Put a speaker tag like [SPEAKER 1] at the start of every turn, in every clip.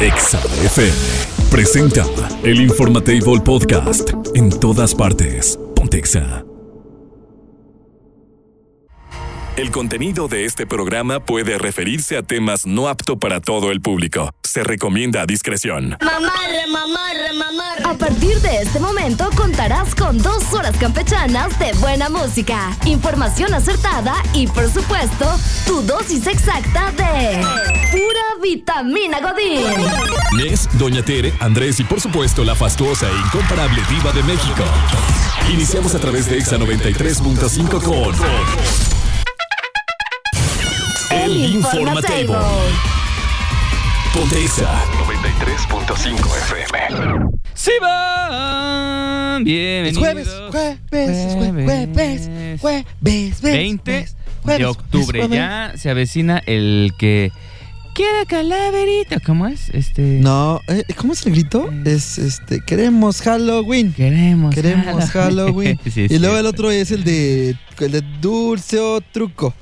[SPEAKER 1] Exa FM presenta el Informatable Podcast en todas partes. Pontexa. El contenido de este programa puede referirse a temas no apto para todo el público. Se recomienda a discreción.
[SPEAKER 2] Mamarra, mamarra, mamarra.
[SPEAKER 3] A partir de este momento contarás con dos horas campechanas de buena música, información acertada y, por supuesto, tu dosis exacta de pura vitamina Godín.
[SPEAKER 1] Nes, Doña Tere, Andrés y por supuesto la fastuosa e incomparable diva de México. Iniciamos a través de Exa 93.5 con El Informatable. Ponte Exa 93.5 FM.
[SPEAKER 4] Sí van,
[SPEAKER 5] Es
[SPEAKER 4] bienvenidos.
[SPEAKER 5] jueves, jueves, es jue- jueves, jueves, jueves,
[SPEAKER 4] 20 de
[SPEAKER 5] jueves,
[SPEAKER 4] octubre
[SPEAKER 5] jueves.
[SPEAKER 4] ya se avecina el que quiera calaverita, ¿cómo es? Este
[SPEAKER 5] No, eh, ¿cómo es el grito? Es este, queremos Halloween.
[SPEAKER 4] Mm. queremos
[SPEAKER 5] Queremos Halloween.
[SPEAKER 4] Sí,
[SPEAKER 5] y
[SPEAKER 4] sí,
[SPEAKER 5] luego el
[SPEAKER 4] sí.
[SPEAKER 5] otro es el de, el de dulce o truco.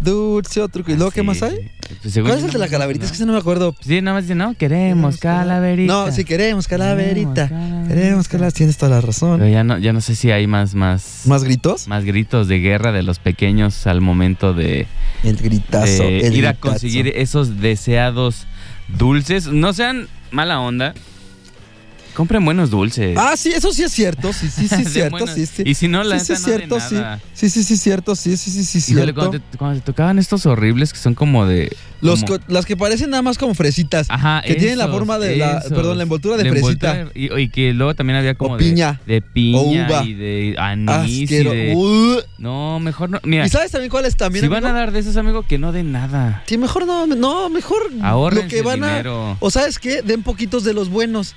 [SPEAKER 5] Dulce o truco. ¿Y luego qué
[SPEAKER 4] Sí,
[SPEAKER 5] más
[SPEAKER 4] sí.
[SPEAKER 5] hay?
[SPEAKER 4] Pues, según
[SPEAKER 5] ¿Cuál es
[SPEAKER 4] yo
[SPEAKER 5] el de la
[SPEAKER 4] no-
[SPEAKER 5] calaverita?
[SPEAKER 4] no.
[SPEAKER 5] Es que ese no me acuerdo.
[SPEAKER 4] Sí, nada más dice, no, queremos calaverita.
[SPEAKER 5] No, sí, queremos calaverita.
[SPEAKER 4] Queremos
[SPEAKER 5] Queremos calaverita. Tienes toda la
[SPEAKER 4] Pero
[SPEAKER 5] razón.
[SPEAKER 4] ya no, ya no sé si hay más, más,
[SPEAKER 5] ¿Más gritos?
[SPEAKER 4] más gritos de guerra de los pequeños al momento de,
[SPEAKER 5] El gritazo.
[SPEAKER 4] de
[SPEAKER 5] el
[SPEAKER 4] eh, ir a
[SPEAKER 5] gritazo.
[SPEAKER 4] conseguir esos deseados dulces. No sean mala onda. Compren buenos dulces.
[SPEAKER 5] Ah, sí, eso sí es cierto. Sí, sí, sí
[SPEAKER 4] De
[SPEAKER 5] es cierto.
[SPEAKER 4] buenos-
[SPEAKER 5] Sí, sí.
[SPEAKER 4] Y si no, la
[SPEAKER 5] sí, sí,
[SPEAKER 4] neta,
[SPEAKER 5] es
[SPEAKER 4] no de
[SPEAKER 5] cierto, sí.
[SPEAKER 4] nada.
[SPEAKER 5] Sí, sí, sí, es cierto, sí, sí, sí, sí, es
[SPEAKER 4] Híjole,
[SPEAKER 5] cierto.
[SPEAKER 4] cuando, te, cuando te tocaban estos horribles que son como de.
[SPEAKER 5] Los
[SPEAKER 4] como-
[SPEAKER 5] co- las que parecen nada más como fresitas.
[SPEAKER 4] Ajá,
[SPEAKER 5] que tienen la
[SPEAKER 4] esos,
[SPEAKER 5] forma de la-
[SPEAKER 4] esos.
[SPEAKER 5] perdón, la envoltura de
[SPEAKER 4] envoltura
[SPEAKER 5] fresita.
[SPEAKER 4] de- y, y que luego también había como
[SPEAKER 5] O
[SPEAKER 4] de
[SPEAKER 5] piña.
[SPEAKER 4] De piña
[SPEAKER 5] O uva.
[SPEAKER 4] y de anís. Y
[SPEAKER 5] Asquero.
[SPEAKER 4] de-
[SPEAKER 5] Uh.
[SPEAKER 4] no, mejor no. Mira,
[SPEAKER 5] ¿Y sabes también cuáles también?
[SPEAKER 4] si van a
[SPEAKER 5] amigo?
[SPEAKER 4] dar de esos, amigo, que no den nada.
[SPEAKER 5] Sí, mejor no, no, mejor
[SPEAKER 4] Ahorren
[SPEAKER 5] lo que van a
[SPEAKER 4] dinero.
[SPEAKER 5] O sabes qué, den poquitos de los buenos.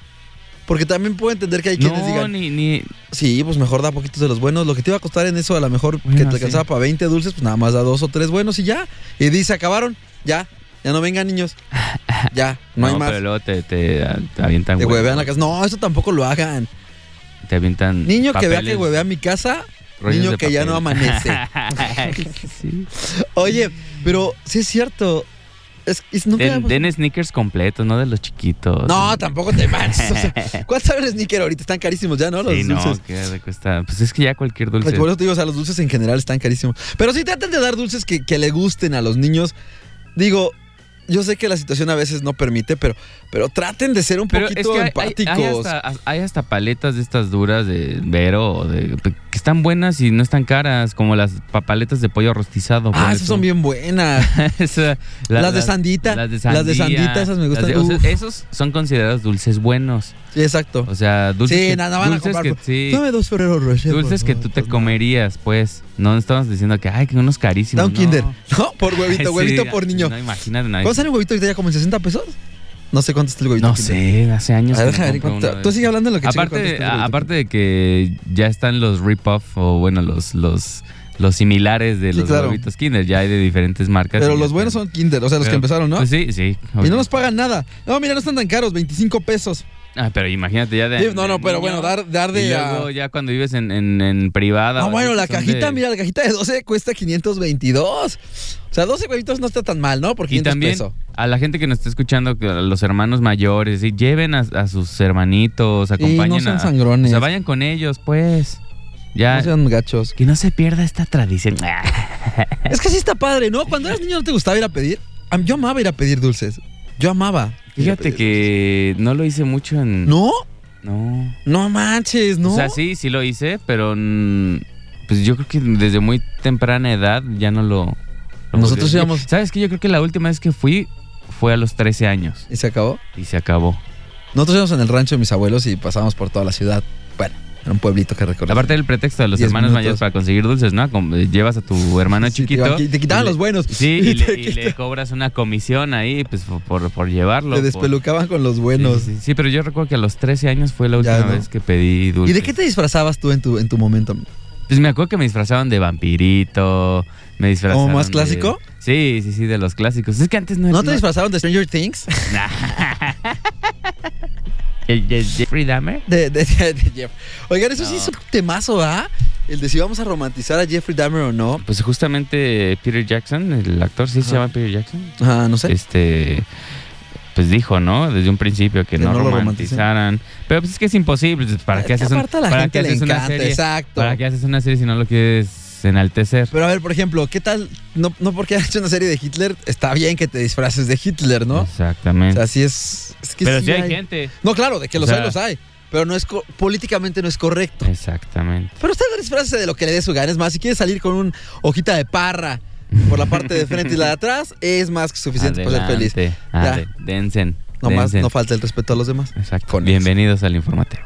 [SPEAKER 5] Porque también puedo entender que hay quienes
[SPEAKER 4] no,
[SPEAKER 5] digan,
[SPEAKER 4] ni, ni.
[SPEAKER 5] sí, pues mejor da poquitos de los buenos. Lo que te iba a costar en eso, a lo mejor
[SPEAKER 4] Bueno,
[SPEAKER 5] que te
[SPEAKER 4] sí.
[SPEAKER 5] alcanzaba para 20 dulces, pues nada más da dos o tres buenos y ya. Y dice, acabaron, ya, ya no vengan niños. Ya, no, hay más.
[SPEAKER 4] Pero luego te, te, a- te avientan.
[SPEAKER 5] Te
[SPEAKER 4] huevos,
[SPEAKER 5] huevean la casa. No, eso tampoco lo hagan.
[SPEAKER 4] Te avientan.
[SPEAKER 5] Niño que vea que
[SPEAKER 4] papeles,
[SPEAKER 5] huevea mi casa,
[SPEAKER 4] rollos
[SPEAKER 5] niño
[SPEAKER 4] de
[SPEAKER 5] que ya no
[SPEAKER 4] papel. Sí.
[SPEAKER 5] Oye, pero sí es cierto. Es, es- nunca
[SPEAKER 4] Den,
[SPEAKER 5] habíamos-
[SPEAKER 4] den sneakers completos, no de los chiquitos.
[SPEAKER 5] No, tampoco te manches. O sea, ¿Cuál sabe el sneaker ahorita? Están carísimos ya, ¿no? Los
[SPEAKER 4] sí,
[SPEAKER 5] dulces.
[SPEAKER 4] no, que le cuesta. Pues es que ya cualquier dulce.
[SPEAKER 5] Por eso te digo, o sea, los dulces en general están carísimos. Pero sí traten de dar dulces que, que le gusten a los niños. Digo, yo sé que la situación a veces no permite, pero, pero traten de ser un
[SPEAKER 4] Pero es
[SPEAKER 5] poquito
[SPEAKER 4] que hay- hay,
[SPEAKER 5] empáticos.
[SPEAKER 4] hay hasta, hay hasta paletas de estas duras de Vero, o de, que están buenas y no están caras, como las pa- paletas de pollo rostizado.
[SPEAKER 5] Ah, esas son bien buenas. las de sandita,
[SPEAKER 4] Las de sandía.
[SPEAKER 5] las de sandita, esas me
[SPEAKER 4] las
[SPEAKER 5] gustan.
[SPEAKER 4] de- o sea,
[SPEAKER 5] Uf.
[SPEAKER 4] esos son considerados dulces buenos.
[SPEAKER 5] Sí, exacto.
[SPEAKER 4] O sea, dulces.
[SPEAKER 5] Sí,
[SPEAKER 4] que,
[SPEAKER 5] nada, van a
[SPEAKER 4] dulces
[SPEAKER 5] comprar,
[SPEAKER 4] que, sí,
[SPEAKER 5] Dame dos Ferrero Rocher, por
[SPEAKER 4] dulces que tú
[SPEAKER 5] favor,
[SPEAKER 4] te
[SPEAKER 5] por favor.
[SPEAKER 4] comerías, pues. No estamos diciendo que, ay, que unos carísimos.
[SPEAKER 5] Da un
[SPEAKER 4] no.
[SPEAKER 5] kinder. No, por
[SPEAKER 4] Sí,
[SPEAKER 5] huevito, huevito por niño.
[SPEAKER 4] No, imagínate. no,
[SPEAKER 5] ¿Cuánto sale un huevito ahorita ya como en 60 pesos? No sé cuánto está el huevito.
[SPEAKER 4] No
[SPEAKER 5] Kinder.
[SPEAKER 4] sé, hace años.
[SPEAKER 5] A
[SPEAKER 4] que no
[SPEAKER 5] ver, déjame ver
[SPEAKER 4] compro
[SPEAKER 5] cuánto-
[SPEAKER 4] uno de
[SPEAKER 5] Tú
[SPEAKER 4] esos.
[SPEAKER 5] sigue hablando de lo que checo cuánto
[SPEAKER 4] Aparte,
[SPEAKER 5] está el
[SPEAKER 4] a-
[SPEAKER 5] huevito
[SPEAKER 4] aparte de que ya están los rip-off o bueno, los, los, los similares de
[SPEAKER 5] Sí,
[SPEAKER 4] los
[SPEAKER 5] claro.
[SPEAKER 4] huevitos Kinder, ya hay de diferentes marcas.
[SPEAKER 5] Kinder. Pero
[SPEAKER 4] y
[SPEAKER 5] los
[SPEAKER 4] ya
[SPEAKER 5] buenos
[SPEAKER 4] están.
[SPEAKER 5] son Kinder, o sea, los que
[SPEAKER 4] Pero-
[SPEAKER 5] empezaron, ¿no?
[SPEAKER 4] Pues sí, sí.
[SPEAKER 5] Y no nos pagan nada. No, mira, no están tan caros, 25 pesos.
[SPEAKER 4] Ah, pero imagínate ya de.
[SPEAKER 5] no,
[SPEAKER 4] de
[SPEAKER 5] no, pero
[SPEAKER 4] niño,
[SPEAKER 5] bueno, dar, dar
[SPEAKER 4] Y
[SPEAKER 5] de... a-
[SPEAKER 4] luego ya cuando vives en, en, en privada.
[SPEAKER 5] No,
[SPEAKER 4] o
[SPEAKER 5] bueno,
[SPEAKER 4] así,
[SPEAKER 5] la
[SPEAKER 4] son
[SPEAKER 5] cajita,
[SPEAKER 4] de-
[SPEAKER 5] mira, la cajita de 12 cuesta 522. O sea, 12 huevitos no está tan mal, ¿no? Por
[SPEAKER 4] Y
[SPEAKER 5] 500
[SPEAKER 4] también
[SPEAKER 5] pesos.
[SPEAKER 4] a la gente que nos está escuchando, que a los hermanos mayores, y lleven a, a sus hermanitos,
[SPEAKER 5] Y
[SPEAKER 4] acompañen
[SPEAKER 5] no sean
[SPEAKER 4] a. O
[SPEAKER 5] sangrones.
[SPEAKER 4] sea, vayan con ellos, pues. Ya.
[SPEAKER 5] No sean gachos.
[SPEAKER 4] Que no se pierda esta tradición.
[SPEAKER 5] Es que sí está padre, ¿no? Cuando eras niño no te gustaba ir a pedir. A mí- Yo amaba ir a pedir dulces. Yo amaba. ir a
[SPEAKER 4] Fíjate
[SPEAKER 5] pedir
[SPEAKER 4] que no lo hice mucho en.
[SPEAKER 5] dulces. ¿No?
[SPEAKER 4] No.
[SPEAKER 5] No manches, ¿no?
[SPEAKER 4] O sea, sí, sí lo hice, pero. mm, Pues yo creo que desde muy temprana edad ya no lo. lo
[SPEAKER 5] Nosotros
[SPEAKER 4] volví a-
[SPEAKER 5] íbamos-
[SPEAKER 4] ¿Sabes qué? Yo creo que la última vez que fui fue a los 13 años
[SPEAKER 5] Y se acabó.
[SPEAKER 4] y se acabó.
[SPEAKER 5] Nosotros íbamos en el rancho de mis abuelos y pasábamos por toda la ciudad. Bueno, era un pueblito que recordaba.
[SPEAKER 4] Aparte del pretexto de los
[SPEAKER 5] Diez
[SPEAKER 4] hermanos
[SPEAKER 5] minutos.
[SPEAKER 4] mayores para conseguir dulces, ¿no? Como, eh, llevas a tu hermano chiquito.
[SPEAKER 5] Te, quitaban
[SPEAKER 4] y le-
[SPEAKER 5] los buenos.
[SPEAKER 4] Sí, y le,
[SPEAKER 5] te
[SPEAKER 4] y le cobras una comisión ahí, pues por- por, por llevarlo.
[SPEAKER 5] Te
[SPEAKER 4] por-
[SPEAKER 5] despelucaban con los
[SPEAKER 4] Sí,
[SPEAKER 5] buenos.
[SPEAKER 4] Sí, sí, pero yo recuerdo que a los 13 años fue la última
[SPEAKER 5] Ya, ¿no?
[SPEAKER 4] vez que pedí dulces.
[SPEAKER 5] ¿Y de qué te disfrazabas tú en tu, en tu momento?
[SPEAKER 4] Pues me acuerdo que me disfrazaban de vampirito, me disfrazaban
[SPEAKER 5] ¿Como más
[SPEAKER 4] de-
[SPEAKER 5] clásico?
[SPEAKER 4] Sí, sí, sí, de los clásicos. Es que antes no...
[SPEAKER 5] ¿No te disfrazaban de Stranger Things?
[SPEAKER 4] ¿El de Jeffrey Dahmer?
[SPEAKER 5] De, de- de- de Jeff. Oigan, eso sí
[SPEAKER 4] No.
[SPEAKER 5] es un temazo, ¿ah? El de si vamos a romantizar a Jeffrey Dahmer o no.
[SPEAKER 4] Pues justamente Peter Jackson, el actor, sí se
[SPEAKER 5] Ajá.
[SPEAKER 4] llama Peter Jackson.
[SPEAKER 5] Ah, no sé.
[SPEAKER 4] Este... pues dijo, ¿no? Desde un principio que
[SPEAKER 5] Que
[SPEAKER 4] no,
[SPEAKER 5] no lo
[SPEAKER 4] romantizaran. Pero pues es que es imposible. ¿Para qué
[SPEAKER 5] Eh, que
[SPEAKER 4] haces, un-
[SPEAKER 5] aparte a la
[SPEAKER 4] para
[SPEAKER 5] gente
[SPEAKER 4] qué
[SPEAKER 5] le
[SPEAKER 4] haces una
[SPEAKER 5] encanta,
[SPEAKER 4] serie?
[SPEAKER 5] exacto.
[SPEAKER 4] ¿Para qué haces una serie si no lo quieres enaltecer?
[SPEAKER 5] Pero a ver, por ejemplo, ¿qué tal? No, no porque has hecho una serie de Hitler, está bien que te disfraces de Hitler, ¿no? O
[SPEAKER 4] Exactamente.
[SPEAKER 5] sea, sí es. es que
[SPEAKER 4] Pero
[SPEAKER 5] sí
[SPEAKER 4] sí hay, gente.
[SPEAKER 5] No, claro, de que
[SPEAKER 4] O
[SPEAKER 5] los
[SPEAKER 4] sea-
[SPEAKER 5] hay, los hay. Pero no es co- políticamente no es correcto.
[SPEAKER 4] Exactamente.
[SPEAKER 5] Pero usted disfrace de lo que le dé su gana. Es más, si quiere salir con un hojita de parra por la parte de frente y la de atrás, es más que suficiente para ser feliz.
[SPEAKER 4] Adelante. Ade- densen.
[SPEAKER 5] Nomás
[SPEAKER 4] densen.
[SPEAKER 5] no falta el respeto a los demás.
[SPEAKER 4] Exacto.
[SPEAKER 5] Con
[SPEAKER 4] Bienvenidos al informativo.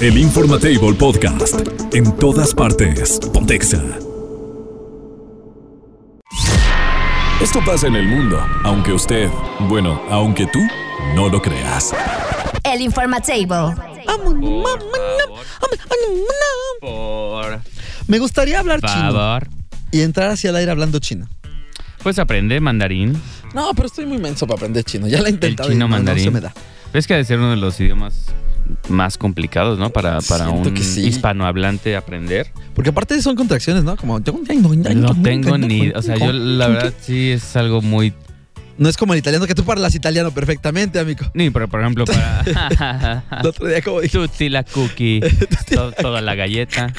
[SPEAKER 1] El Informatable Podcast. En todas partes. Pontexa. Esto pasa en el mundo, aunque usted, bueno, aunque tú no lo creas.
[SPEAKER 3] El Informatable.
[SPEAKER 4] Por favor. Por
[SPEAKER 5] Me gustaría hablar chino
[SPEAKER 4] favor.
[SPEAKER 5] y entrar hacia el aire hablando chino.
[SPEAKER 4] Pues aprende mandarín.
[SPEAKER 5] No, pero estoy muy menso para aprender chino. Ya la he intentado. y
[SPEAKER 4] chino
[SPEAKER 5] no, no
[SPEAKER 4] mandarín.
[SPEAKER 5] se me da.
[SPEAKER 4] Es que ha de ser uno de los idiomas más complicados, ¿no? Para, para
[SPEAKER 5] Siento
[SPEAKER 4] un
[SPEAKER 5] que sí.
[SPEAKER 4] hispanohablante aprender.
[SPEAKER 5] Porque aparte son contracciones, ¿no? Como no
[SPEAKER 4] No tengo ni... O sea, yo la verdad sí es algo muy...
[SPEAKER 5] No es como el italiano, que tú hablas italiano perfectamente, amigo.
[SPEAKER 4] Ni, pero por ejemplo, para...
[SPEAKER 5] El otro día como dije,
[SPEAKER 4] Tutti la cookie, to- toda la galleta.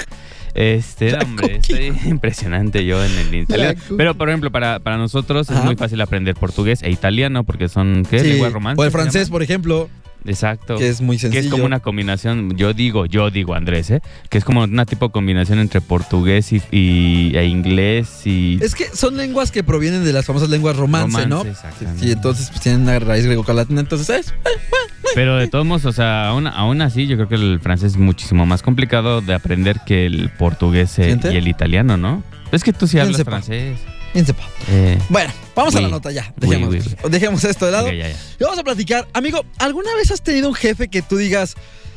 [SPEAKER 4] Este,
[SPEAKER 5] La
[SPEAKER 4] hombre, estoy impresionante yo en el italiano.
[SPEAKER 5] cookie.
[SPEAKER 4] Pero, por ejemplo, para, para nosotros
[SPEAKER 5] Ajá.
[SPEAKER 4] es muy fácil aprender portugués e italiano porque son, ¿qué?
[SPEAKER 5] sí,
[SPEAKER 4] Lenguas romances.
[SPEAKER 5] o el
[SPEAKER 4] se llaman.
[SPEAKER 5] francés, por ejemplo,
[SPEAKER 4] Exacto.
[SPEAKER 5] que es muy
[SPEAKER 4] Que
[SPEAKER 5] sencillo.
[SPEAKER 4] es como una combinación, yo digo, yo digo Andrés, ¿eh? que es como una tipo de combinación entre portugués y, y- e inglés y...
[SPEAKER 5] Es que son lenguas que provienen de las famosas lenguas romance,
[SPEAKER 4] Romance,
[SPEAKER 5] ¿no?
[SPEAKER 4] exactamente.
[SPEAKER 5] Sí, entonces pues, tienen una raíz greco-latina, entonces ¿sabes?
[SPEAKER 4] Pero de todos modos, o sea, aún, aún así yo creo que el francés es muchísimo más complicado de aprender que el portugués eh,
[SPEAKER 5] ¿Siente?
[SPEAKER 4] y el italiano, ¿no? Es que tú sí hablas
[SPEAKER 5] Piense, pa.
[SPEAKER 4] francés.
[SPEAKER 5] Bien sepa.
[SPEAKER 4] Eh,
[SPEAKER 5] Bueno, vamos a la
[SPEAKER 4] Oui.
[SPEAKER 5] nota ya.
[SPEAKER 4] Oui,
[SPEAKER 5] Dejemos,
[SPEAKER 4] oui, oui.
[SPEAKER 5] dejemos esto de lado.
[SPEAKER 4] ok, ya, ya.
[SPEAKER 5] Y vamos a platicar. Amigo, ¿alguna vez has tenido un jefe que tú digas,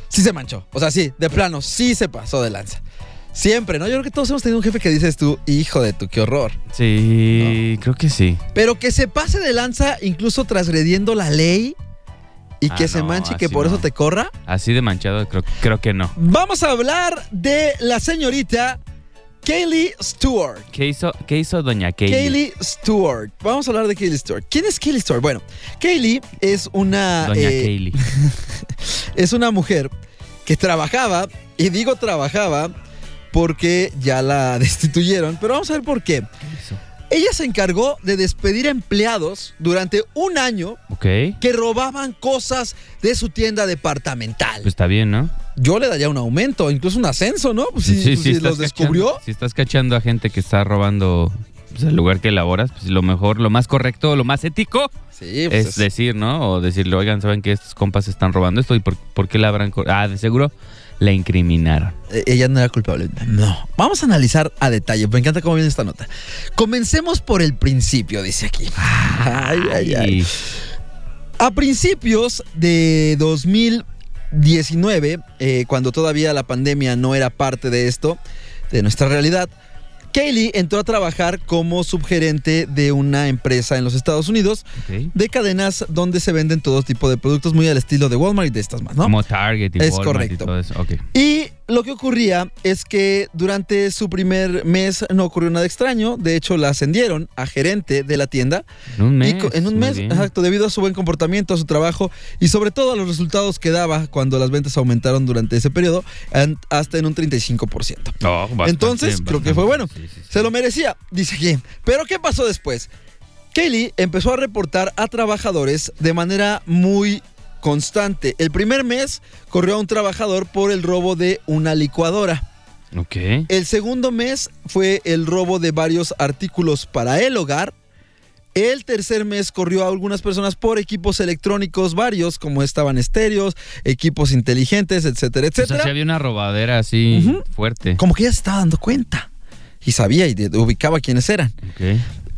[SPEAKER 5] sí se manchó? O sea, sí, de plano, sí se pasó de lanza. Siempre, ¿no? Yo creo que todos hemos tenido un jefe que dices tú, hijo de tu, qué horror.
[SPEAKER 4] Sí, creo que sí.
[SPEAKER 5] Pero que se pase de lanza incluso transgrediendo la ley y
[SPEAKER 4] Ah,
[SPEAKER 5] que se
[SPEAKER 4] no,
[SPEAKER 5] manche y que
[SPEAKER 4] así
[SPEAKER 5] por
[SPEAKER 4] no.
[SPEAKER 5] eso te corra.
[SPEAKER 4] Así de manchado creo, creo que no.
[SPEAKER 5] Vamos a hablar de la señorita Kaylee Stewart.
[SPEAKER 4] ¿Qué hizo, qué hizo doña Kaylee?
[SPEAKER 5] Kaylee Stewart. Vamos a hablar de Kaylee Stewart. ¿Quién es Kaylee Stewart? Bueno, Kaylee es una,
[SPEAKER 4] Doña
[SPEAKER 5] eh,
[SPEAKER 4] Kaylee.
[SPEAKER 5] es una mujer que trabajaba, y digo trabajaba porque ya la destituyeron, pero vamos a ver por qué.
[SPEAKER 4] hizo?
[SPEAKER 5] Ella se encargó de despedir empleados durante un año
[SPEAKER 4] Ok,
[SPEAKER 5] que robaban cosas de su tienda departamental.
[SPEAKER 4] pues está bien, ¿no?
[SPEAKER 5] Yo le daría un aumento, incluso un ascenso, ¿no? Pues si, pues si
[SPEAKER 4] estás
[SPEAKER 5] los descubrió.
[SPEAKER 4] cachando- si estás cachando a gente que está robando pues, el lugar que elaboras, pues lo mejor, lo más correcto, lo más ético
[SPEAKER 5] Sí, pues
[SPEAKER 4] es decir, ¿no? O decirle, oigan, ¿saben que estos compas están robando esto? ¿Y por, por qué la habrán... cor- Ah, de seguro la incriminaron.
[SPEAKER 5] Eh, Ella no era culpable. No. Vamos a analizar a detalle. Me encanta cómo viene esta nota. Comencemos por el principio, dice aquí. Ay, ay, ay.
[SPEAKER 4] Y-
[SPEAKER 5] A principios de 2019, eh, cuando todavía la pandemia no era parte de esto, de nuestra realidad, Kaylee entró a trabajar como subgerente de una empresa en los Estados Unidos
[SPEAKER 4] ok.
[SPEAKER 5] de cadenas donde se venden todo tipo de productos muy al estilo de Walmart y de estas más, ¿no?
[SPEAKER 4] Como Target y
[SPEAKER 5] Es
[SPEAKER 4] Walmart
[SPEAKER 5] correcto.
[SPEAKER 4] y todo eso. Ok.
[SPEAKER 5] Y lo que ocurría es que durante su primer mes no ocurrió nada extraño. De hecho, la ascendieron a gerente de la tienda.
[SPEAKER 4] En un mes.
[SPEAKER 5] y co- en un
[SPEAKER 4] muy
[SPEAKER 5] mes,
[SPEAKER 4] bien.
[SPEAKER 5] exacto, debido a su buen comportamiento, a su trabajo y sobre todo a los resultados que daba cuando las ventas aumentaron durante ese periodo an- hasta en un 35%.
[SPEAKER 4] No, bastante,
[SPEAKER 5] Entonces, creo que fue bueno.
[SPEAKER 4] Sí, sí, sí.
[SPEAKER 5] Se lo merecía, dice aquí. Pero ¿qué pasó después? Kelly empezó a reportar a trabajadores de manera muy constante. El primer mes corrió a un trabajador por el robo de una licuadora.
[SPEAKER 4] Ok.
[SPEAKER 5] El segundo mes fue el robo de varios artículos para el hogar. El tercer mes corrió a algunas personas por equipos electrónicos varios, como estaban estéreos, equipos inteligentes, etcétera,
[SPEAKER 4] O sea,
[SPEAKER 5] etcétera.
[SPEAKER 4] sí había una robadera así
[SPEAKER 5] Ujú.
[SPEAKER 4] fuerte.
[SPEAKER 5] Como que ya se estaba dando cuenta. Y sabía y de- ubicaba quiénes eran.
[SPEAKER 4] Ok.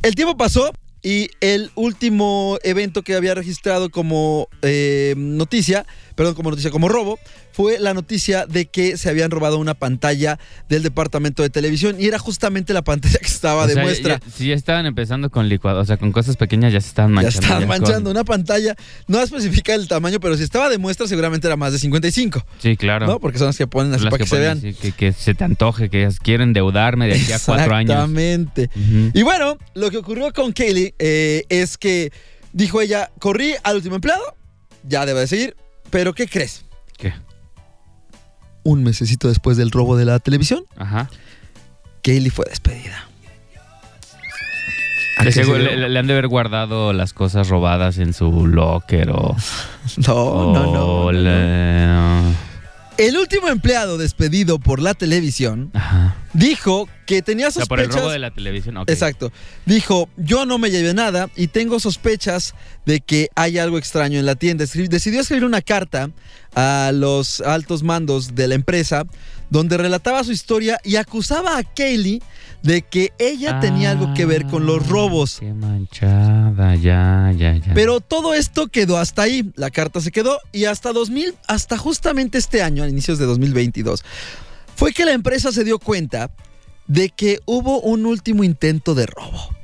[SPEAKER 5] El tiempo pasó y el último evento que había registrado como eh, noticia, perdón, como noticia, como robo, fue la noticia de que se habían robado una pantalla del departamento de televisión y era justamente la pantalla que estaba
[SPEAKER 4] O
[SPEAKER 5] de
[SPEAKER 4] sea,
[SPEAKER 5] muestra.
[SPEAKER 4] ya- si ya estaban empezando con licuado, o sea, con cosas pequeñas ya se estaban
[SPEAKER 5] Ya
[SPEAKER 4] manchando.
[SPEAKER 5] estaban
[SPEAKER 4] con-
[SPEAKER 5] manchando una pantalla, no especifica el tamaño, pero si estaba de muestra seguramente era más de 55,
[SPEAKER 4] Sí, claro.
[SPEAKER 5] ¿no? Porque son las que ponen así
[SPEAKER 4] Las
[SPEAKER 5] para que, se
[SPEAKER 4] ponen
[SPEAKER 5] vean.
[SPEAKER 4] así, que, que se te antoje, que ellas quieren endeudarme de aquí a cuatro años.
[SPEAKER 5] Exactamente.
[SPEAKER 4] Ujú.
[SPEAKER 5] Y bueno, lo que ocurrió con Kaylee eh, es que Dijo ella, corrí al último empleado, ya debe de seguir, pero ¿qué crees?
[SPEAKER 4] ¿Qué?
[SPEAKER 5] Un mesecito después del robo de la televisión,
[SPEAKER 4] Ajá.
[SPEAKER 5] Kaylee fue despedida. ¿A
[SPEAKER 4] De
[SPEAKER 5] qué se
[SPEAKER 4] seguro
[SPEAKER 5] debe?
[SPEAKER 4] le, le han de haber guardado las cosas robadas en su locker o.
[SPEAKER 5] Oh, No, no, no,
[SPEAKER 4] o
[SPEAKER 5] no, no.
[SPEAKER 4] la-
[SPEAKER 5] El último empleado despedido por la televisión
[SPEAKER 4] Ajá.
[SPEAKER 5] dijo que tenía
[SPEAKER 4] O sea,
[SPEAKER 5] sospechas.
[SPEAKER 4] por el robo de la televisión. ok.
[SPEAKER 5] Exacto. Dijo, yo no me llevé nada y tengo sospechas de que hay algo extraño en la tienda. Escri- Decidió escribir una carta a los altos mandos de la empresa donde relataba su historia y acusaba a Kaylee de que ella tenía algo que ver con los
[SPEAKER 4] Ah,
[SPEAKER 5] robos.
[SPEAKER 4] Qué manchada, ya, ya, ya.
[SPEAKER 5] Pero todo esto quedó hasta ahí, la carta se quedó y hasta 2000, hasta justamente este año, a inicios de 2022, fue que la empresa se dio cuenta de que hubo un último intento de robo.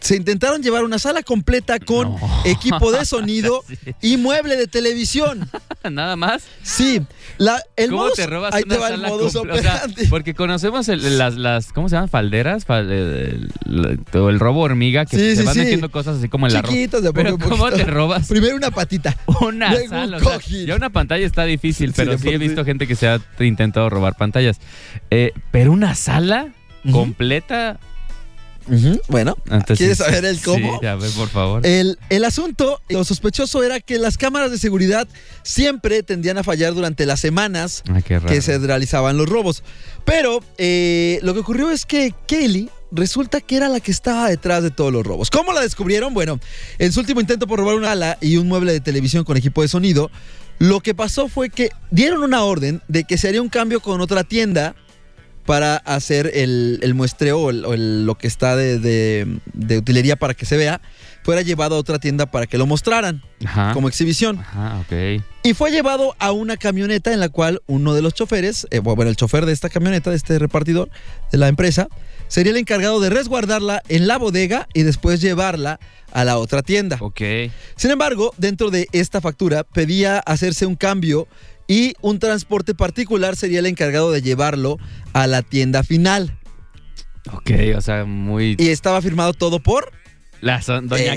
[SPEAKER 5] Se intentaron llevar una sala completa con
[SPEAKER 4] No.
[SPEAKER 5] equipo de sonido
[SPEAKER 4] Sí.
[SPEAKER 5] y mueble de televisión.
[SPEAKER 4] Nada más.
[SPEAKER 5] Sí, la, el
[SPEAKER 4] ¿Cómo
[SPEAKER 5] modus-
[SPEAKER 4] te robas
[SPEAKER 5] ahí
[SPEAKER 4] una
[SPEAKER 5] te va el
[SPEAKER 4] sala
[SPEAKER 5] modus
[SPEAKER 4] comple- o sea,
[SPEAKER 5] operandi.
[SPEAKER 4] porque conocemos el- las, las, ¿cómo se llaman? Falderas, Fal- eh, el, el- o el robo hormiga, que
[SPEAKER 5] Sí,
[SPEAKER 4] se
[SPEAKER 5] sí,
[SPEAKER 4] van
[SPEAKER 5] sí.
[SPEAKER 4] metiendo cosas así como en la ropa.
[SPEAKER 5] Chiquitos de a
[SPEAKER 4] Pero
[SPEAKER 5] poco a
[SPEAKER 4] ¿cómo
[SPEAKER 5] poquito.
[SPEAKER 4] te robas
[SPEAKER 5] Primero una patita.
[SPEAKER 4] una
[SPEAKER 5] Luego
[SPEAKER 4] sala?
[SPEAKER 5] un
[SPEAKER 4] O sea,
[SPEAKER 5] cojín.
[SPEAKER 4] ya una pantalla está difícil,
[SPEAKER 5] Sí,
[SPEAKER 4] pero
[SPEAKER 5] de
[SPEAKER 4] sí,
[SPEAKER 5] por
[SPEAKER 4] he
[SPEAKER 5] sí.
[SPEAKER 4] visto gente que se ha intentado robar pantallas. Eh, pero una sala
[SPEAKER 5] Ujú.
[SPEAKER 4] completa.
[SPEAKER 5] Ujú, Bueno,
[SPEAKER 4] Entonces,
[SPEAKER 5] ¿quieres saber el cómo? Eh,
[SPEAKER 4] Sí, a ver, por favor.
[SPEAKER 5] El, el asunto, lo sospechoso era que las cámaras de seguridad siempre tendían a fallar durante las semanas
[SPEAKER 4] Ah, qué raro.
[SPEAKER 5] que se realizaban los robos. Pero eh, lo que ocurrió es que Kelly resulta que era la que estaba detrás de todos los robos. ¿Cómo la descubrieron? Bueno, en su último intento por robar una ala y un mueble de televisión con equipo de sonido, lo que pasó fue que dieron una orden de que se haría un cambio con otra tienda para hacer el, el muestreo o, el- o el- lo que está de, de- de utilería para que se vea, fuera llevado a otra tienda para que lo mostraran
[SPEAKER 4] Ajá.
[SPEAKER 5] como exhibición.
[SPEAKER 4] Ajá, ok.
[SPEAKER 5] Y fue llevado a una camioneta en la cual uno de los choferes, eh, bueno, el chofer de esta camioneta, de este repartidor de la empresa, sería el encargado de resguardarla en la bodega y después llevarla a la otra tienda.
[SPEAKER 4] Ok.
[SPEAKER 5] Sin embargo, dentro de esta factura pedía hacerse un cambio y un transporte particular sería el encargado de llevarlo a la tienda final.
[SPEAKER 4] Ok, o sea, muy.
[SPEAKER 5] Y estaba firmado todo por...
[SPEAKER 4] La son- Doña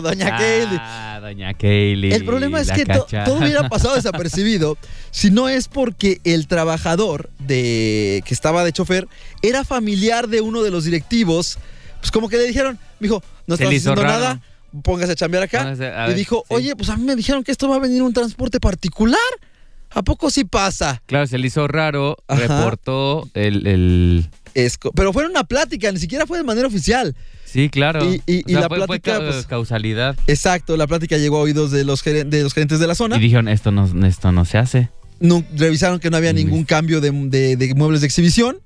[SPEAKER 4] Kaylee.
[SPEAKER 5] Doña
[SPEAKER 4] Ah, Doña Kaylee.
[SPEAKER 5] El problema es
[SPEAKER 4] la
[SPEAKER 5] que to-
[SPEAKER 4] cacha.
[SPEAKER 5] todo hubiera pasado desapercibido si no es porque el trabajador de que estaba de chofer era familiar de uno de los directivos. Pues como que le dijeron, mijo, no
[SPEAKER 4] Se
[SPEAKER 5] estás
[SPEAKER 4] le hizo
[SPEAKER 5] haciendo
[SPEAKER 4] raro.
[SPEAKER 5] nada, póngase a chambear acá.
[SPEAKER 4] Póngase, a
[SPEAKER 5] y
[SPEAKER 4] ver,
[SPEAKER 5] dijo,
[SPEAKER 4] sí.
[SPEAKER 5] oye, pues a mí me dijeron que esto va a venir un transporte particular. ¿A poco sí pasa?
[SPEAKER 4] Claro, se le hizo raro,
[SPEAKER 5] Ajá.
[SPEAKER 4] reportó el, el-
[SPEAKER 5] Es co- pero fue una plática, ni siquiera fue de manera oficial.
[SPEAKER 4] Sí, claro.
[SPEAKER 5] Y-
[SPEAKER 4] O
[SPEAKER 5] y- y
[SPEAKER 4] sea,
[SPEAKER 5] la
[SPEAKER 4] fue, fue
[SPEAKER 5] plática,
[SPEAKER 4] ca-
[SPEAKER 5] pues-
[SPEAKER 4] causalidad.
[SPEAKER 5] Exacto, la plática llegó a oídos de los, geren- de los gerentes de la zona.
[SPEAKER 4] Y dijeron, esto no, esto no se hace.
[SPEAKER 5] No, revisaron que no había
[SPEAKER 4] Mm.
[SPEAKER 5] ningún cambio de, de- de muebles de exhibición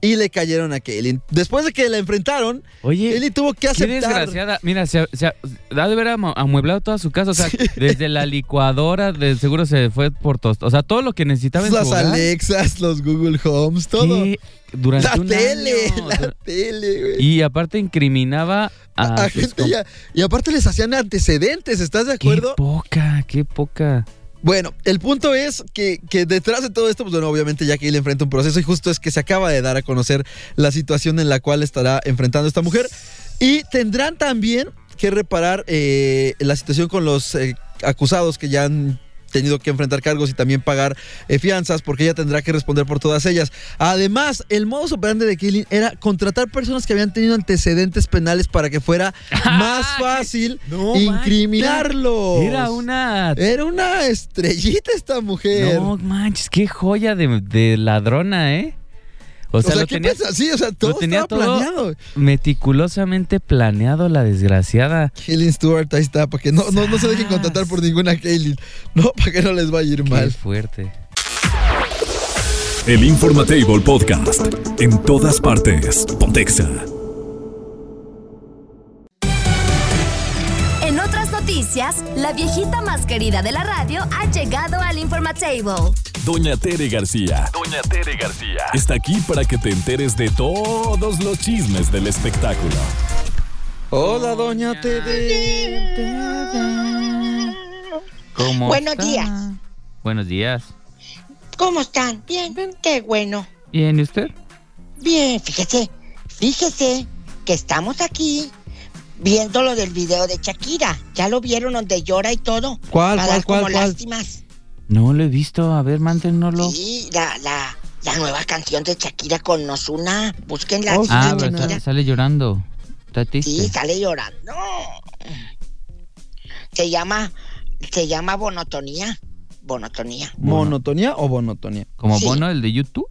[SPEAKER 5] y le cayeron a Kaylin. Después de que la enfrentaron,
[SPEAKER 4] Oye,
[SPEAKER 5] Kaylin tuvo que
[SPEAKER 4] qué
[SPEAKER 5] aceptar.
[SPEAKER 4] desgraciada. Mira, se, se- ha de haber amue- amueblado toda su casa. O sea, desde la licuadora, de, seguro se fue por tost. O sea, todo lo que necesitaba en su
[SPEAKER 5] Las
[SPEAKER 4] hogar.
[SPEAKER 5] Alexas, los Google Homes, todo.
[SPEAKER 4] ¿Qué? Durante
[SPEAKER 5] La
[SPEAKER 4] un
[SPEAKER 5] tele,
[SPEAKER 4] año,
[SPEAKER 5] la
[SPEAKER 4] dur-
[SPEAKER 5] tele, güey.
[SPEAKER 4] Y ah, aparte incriminaba a,
[SPEAKER 5] A- a
[SPEAKER 4] sus
[SPEAKER 5] gente ya- y aparte les hacían antecedentes, ¿estás de acuerdo?
[SPEAKER 4] Qué poca, qué poca.
[SPEAKER 5] Bueno, el punto es que, que detrás de todo esto, pues bueno, obviamente ya que él enfrenta un proceso y justo es que se acaba de dar a conocer la situación en la cual estará enfrentando esta mujer y tendrán también que reparar eh, la situación con los eh, acusados que ya han tenido que enfrentar cargos y también pagar eh, fianzas porque ella tendrá que responder por todas ellas. Además, el modus operandi de Killing era contratar personas que habían tenido antecedentes penales para que fuera más fácil incriminarlos.
[SPEAKER 4] Era una...
[SPEAKER 5] Era una estrellita esta mujer.
[SPEAKER 4] No manches, qué joya de, de ladrona, ¿eh? O
[SPEAKER 5] o
[SPEAKER 4] sea,
[SPEAKER 5] sea,
[SPEAKER 4] lo
[SPEAKER 5] ¿qué
[SPEAKER 4] tenía
[SPEAKER 5] piensas? Sí, o sea, todo
[SPEAKER 4] tenía
[SPEAKER 5] estaba
[SPEAKER 4] todo-
[SPEAKER 5] planeado.
[SPEAKER 4] meticulosamente planeado la desgraciada.
[SPEAKER 5] Helen Stewart, ahí está, para que no, no, no se dejen contratar por ninguna Kaylin. No, para que no les vaya a ir
[SPEAKER 4] Qué
[SPEAKER 5] mal.
[SPEAKER 4] fuerte.
[SPEAKER 1] El Informatable Podcast. En todas partes. Pontexa.
[SPEAKER 3] En otras noticias, la viejita más querida de la radio ha llegado al Informatable.
[SPEAKER 1] Doña Tere García. Doña Tere García. Está aquí para que te enteres de todos los chismes del espectáculo.
[SPEAKER 5] Hola, doña Tede.
[SPEAKER 4] ¿Cómo
[SPEAKER 6] Buenos
[SPEAKER 4] está?
[SPEAKER 6] días.
[SPEAKER 4] Buenos días.
[SPEAKER 6] ¿Cómo están? Bien, qué bueno.
[SPEAKER 4] ¿Bien, y usted?
[SPEAKER 6] Bien, fíjese, fíjese que estamos aquí viendo lo del video de Shakira. Ya lo vieron donde llora y todo.
[SPEAKER 5] ¿Cuál,
[SPEAKER 6] Va
[SPEAKER 5] cuál,
[SPEAKER 6] a dar
[SPEAKER 5] cuál,
[SPEAKER 6] como
[SPEAKER 5] cuál?
[SPEAKER 6] lástimas.
[SPEAKER 4] No lo he visto. A ver, mándenlo.
[SPEAKER 6] Sí, la, la, la nueva canción de Shakira con Ozuna. Búsquenla.
[SPEAKER 5] Oh,
[SPEAKER 6] sí,
[SPEAKER 4] Ah,
[SPEAKER 5] sí,
[SPEAKER 4] pero
[SPEAKER 5] no.
[SPEAKER 4] sa-
[SPEAKER 6] Shakira.
[SPEAKER 4] sale llorando. Está
[SPEAKER 6] Sí,
[SPEAKER 4] triste.
[SPEAKER 6] sale llorando. Se llama, se llama Bonotonía. Bonotonía.
[SPEAKER 5] ¿Monotonía o bonotonía?
[SPEAKER 4] Como
[SPEAKER 6] sí.
[SPEAKER 4] Bono, el de YouTube.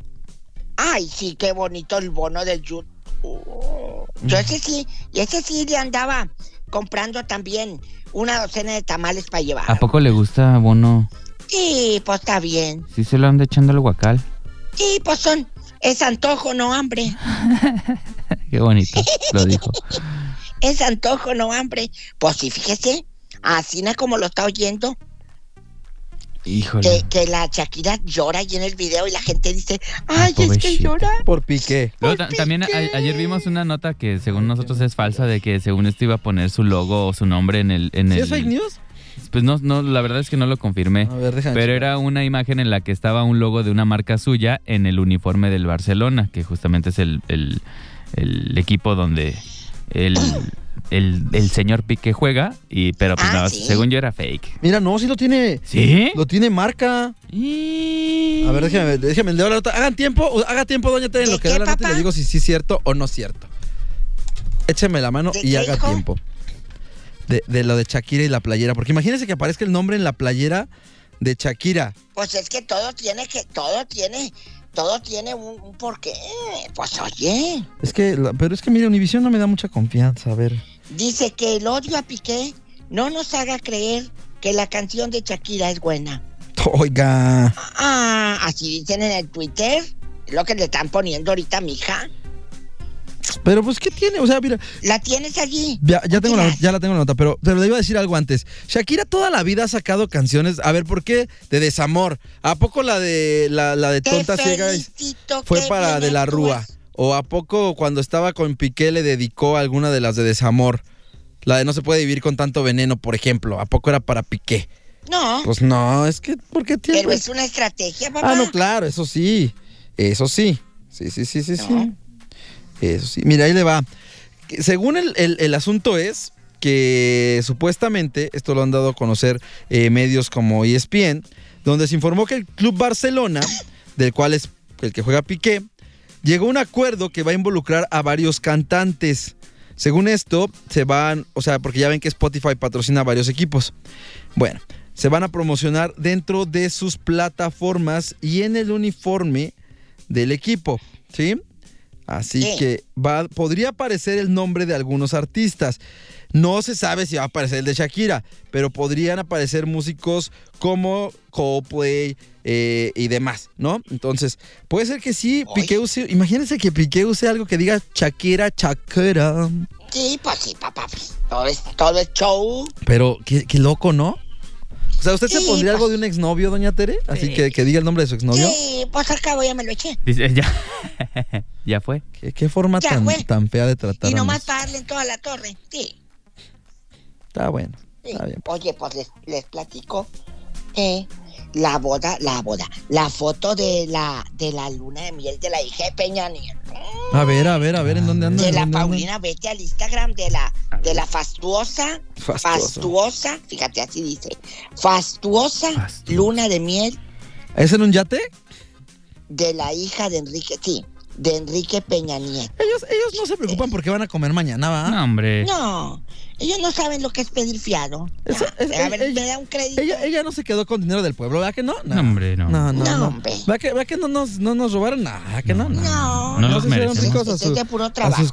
[SPEAKER 6] Ay, sí, qué bonito el bono del Yut.
[SPEAKER 4] Mm.
[SPEAKER 6] Yo ese sí, y ese sí le andaba comprando también una docena de tamales para llevar.
[SPEAKER 4] ¿A poco le gusta a Bono?
[SPEAKER 6] Sí, pues está bien.
[SPEAKER 4] Sí se lo anda echando al guacal.
[SPEAKER 6] Sí, pues son, es antojo, no hambre.
[SPEAKER 4] Qué bonito, lo dijo.
[SPEAKER 6] Es antojo, no hambre. Pues sí, fíjese, así na como lo está oyendo,
[SPEAKER 4] Híjole.
[SPEAKER 6] que, que la Shakira llora ahí en el video y la gente dice, ay, es que
[SPEAKER 4] pobrecita.
[SPEAKER 6] llora.
[SPEAKER 5] Por piqué.
[SPEAKER 4] Luego ta- también a- ayer vimos una nota que según nosotros es falsa de que según esto iba a poner su logo o su nombre en el... En
[SPEAKER 5] ¿Sí
[SPEAKER 4] el
[SPEAKER 5] es fake news? Ah,
[SPEAKER 4] Pues no, no, la verdad es que no lo confirmé.
[SPEAKER 5] A ver, déjame.
[SPEAKER 4] Eh. Pero
[SPEAKER 5] checar.
[SPEAKER 4] era una imagen en la que estaba un logo de una marca suya en el uniforme del Barcelona, que justamente es el, el- el equipo donde el, el- el señor Pique juega, y pero pues
[SPEAKER 6] Ah,
[SPEAKER 4] no,
[SPEAKER 6] sí.
[SPEAKER 4] según yo era fake.
[SPEAKER 5] Mira, no, sí lo tiene.
[SPEAKER 4] ¿Sí?
[SPEAKER 5] Lo tiene marca. A ver, déjame, ver, déjame, leo la nota. Hagan tiempo, o- haga tiempo, doña Tere, en
[SPEAKER 6] ¿De
[SPEAKER 5] lo que
[SPEAKER 6] qué,
[SPEAKER 5] da la nota y
[SPEAKER 6] papá?
[SPEAKER 5] le digo si sí es cierto o no es cierto. Écheme la mano
[SPEAKER 6] ¿De
[SPEAKER 5] y
[SPEAKER 6] qué,
[SPEAKER 5] haga
[SPEAKER 6] hijo?
[SPEAKER 5] tiempo. De, de lo de Shakira y la playera. Porque imagínense que aparezca el nombre en la playera de Shakira.
[SPEAKER 6] Pues es que todo tiene que, todo tiene, todo tiene un, un porqué. Pues oye,
[SPEAKER 5] Es que, la- pero es que mire, Univision no me da mucha confianza. A ver.
[SPEAKER 6] dice que el odio a Piqué no nos haga creer que la canción de Shakira es buena.
[SPEAKER 5] Oiga.
[SPEAKER 6] Ah, así dicen en el Twitter, es lo que le están poniendo ahorita, mija.
[SPEAKER 5] Pero pues, ¿qué tiene? O sea, mira,
[SPEAKER 6] ¿La tienes allí?
[SPEAKER 5] Ya, ya tengo la, ya la tengo la nota, pero te le iba a decir algo antes. Shakira toda la vida ha sacado canciones, a ver, ¿por qué? De desamor. ¿A poco la de la, la de
[SPEAKER 6] Te
[SPEAKER 5] Tonta Ciega es-
[SPEAKER 6] felicito,
[SPEAKER 5] fue
[SPEAKER 6] qué
[SPEAKER 5] para
[SPEAKER 6] bien
[SPEAKER 5] De la Rúa?
[SPEAKER 6] actúas.
[SPEAKER 5] ¿O a poco cuando estaba con Piqué le dedicó alguna de las de desamor? La de No se puede vivir con tanto veneno, por ejemplo. ¿A poco era para Piqué?
[SPEAKER 6] No,
[SPEAKER 5] Pues no, es que, ¿por qué tiene?
[SPEAKER 6] pero es una estrategia, papá.
[SPEAKER 5] Ah, no, claro, eso sí. Eso sí. Sí, sí, sí, sí, sí.
[SPEAKER 6] No.
[SPEAKER 5] Eso sí. Mira, ahí le va. Que Según el, el- el asunto es que supuestamente, esto lo han dado a conocer eh, medios como ESPN, donde se informó que el Club Barcelona, del cual es el que juega Piqué, llegó a un acuerdo que va a involucrar a varios cantantes. Según esto, se van, o sea, porque ya ven que Spotify patrocina varios equipos. Bueno, se van a promocionar dentro de sus plataformas y en el uniforme del equipo, ¿sí? Así
[SPEAKER 6] Sí.
[SPEAKER 5] que va, podría aparecer el nombre de algunos artistas. No se sabe si va a aparecer el de Shakira, pero podrían aparecer músicos como Coldplay eh, y demás, ¿no? Entonces, puede ser que sí,
[SPEAKER 6] Oye.
[SPEAKER 5] Piqué use, imagínense que Piqué use algo que diga Shakira, Shakira.
[SPEAKER 6] Sí, pues sí, papá. pues, Todo es, todo es show.
[SPEAKER 5] Pero qué, qué loco, ¿no? O sea, ¿usted se
[SPEAKER 6] Sí,
[SPEAKER 5] pondría
[SPEAKER 6] pues.
[SPEAKER 5] algo de un exnovio, doña Tere? Así que, que diga el nombre de su exnovio.
[SPEAKER 6] Sí, pues al cabo ya me lo eché.
[SPEAKER 4] Dice, ya, ya fue.
[SPEAKER 5] ¿Qué, qué forma
[SPEAKER 6] Ya
[SPEAKER 5] tan,
[SPEAKER 6] fue.
[SPEAKER 5] tan fea de tratar
[SPEAKER 6] Y
[SPEAKER 5] a
[SPEAKER 6] nomás
[SPEAKER 5] los-
[SPEAKER 6] para darle en toda la torre. Sí.
[SPEAKER 5] Está bueno.
[SPEAKER 6] sí.
[SPEAKER 5] Está bien.
[SPEAKER 6] Oye, pues les, les platico que la boda, la boda, la foto de la de la luna de miel de la hija de Peña Nieto.
[SPEAKER 5] A ver, a ver, a ver, ¿en dónde anda?
[SPEAKER 6] De
[SPEAKER 5] ¿En
[SPEAKER 6] la
[SPEAKER 5] dónde anda?
[SPEAKER 6] Paulina, vete al Instagram de la, de la fastuosa,
[SPEAKER 5] Fastuosa.
[SPEAKER 6] fastuosa, fíjate así dice, fastuosa,
[SPEAKER 4] Fastuosa.
[SPEAKER 6] luna de miel
[SPEAKER 5] ¿Es en un yate?
[SPEAKER 6] de la hija de Enrique, sí, de Enrique Peña Nieto.
[SPEAKER 5] Ellos, ellos no se preocupan porque van a comer mañana, ¿va?
[SPEAKER 4] No, hombre.
[SPEAKER 6] No, ellos no saben lo que es pedir fiado.
[SPEAKER 5] Eso-
[SPEAKER 6] Ya,
[SPEAKER 5] es- eh,
[SPEAKER 6] a ver,
[SPEAKER 5] ella-
[SPEAKER 6] me da un crédito.
[SPEAKER 5] Ella, ella no se quedó con dinero del pueblo, ¿verdad que no?
[SPEAKER 4] No, hombre, no.
[SPEAKER 5] No, no,
[SPEAKER 6] No,
[SPEAKER 5] no.
[SPEAKER 6] hombre.
[SPEAKER 5] ¿Verdad que, verdad que no, nos, no nos robaron nada? ¿Verdad que no?
[SPEAKER 4] No, No
[SPEAKER 6] no,
[SPEAKER 5] ¿No
[SPEAKER 4] los
[SPEAKER 5] se hicieron
[SPEAKER 4] merecemos.
[SPEAKER 5] ricos a,
[SPEAKER 6] Es de
[SPEAKER 5] su-
[SPEAKER 6] puro
[SPEAKER 5] a sus
[SPEAKER 6] trabajo.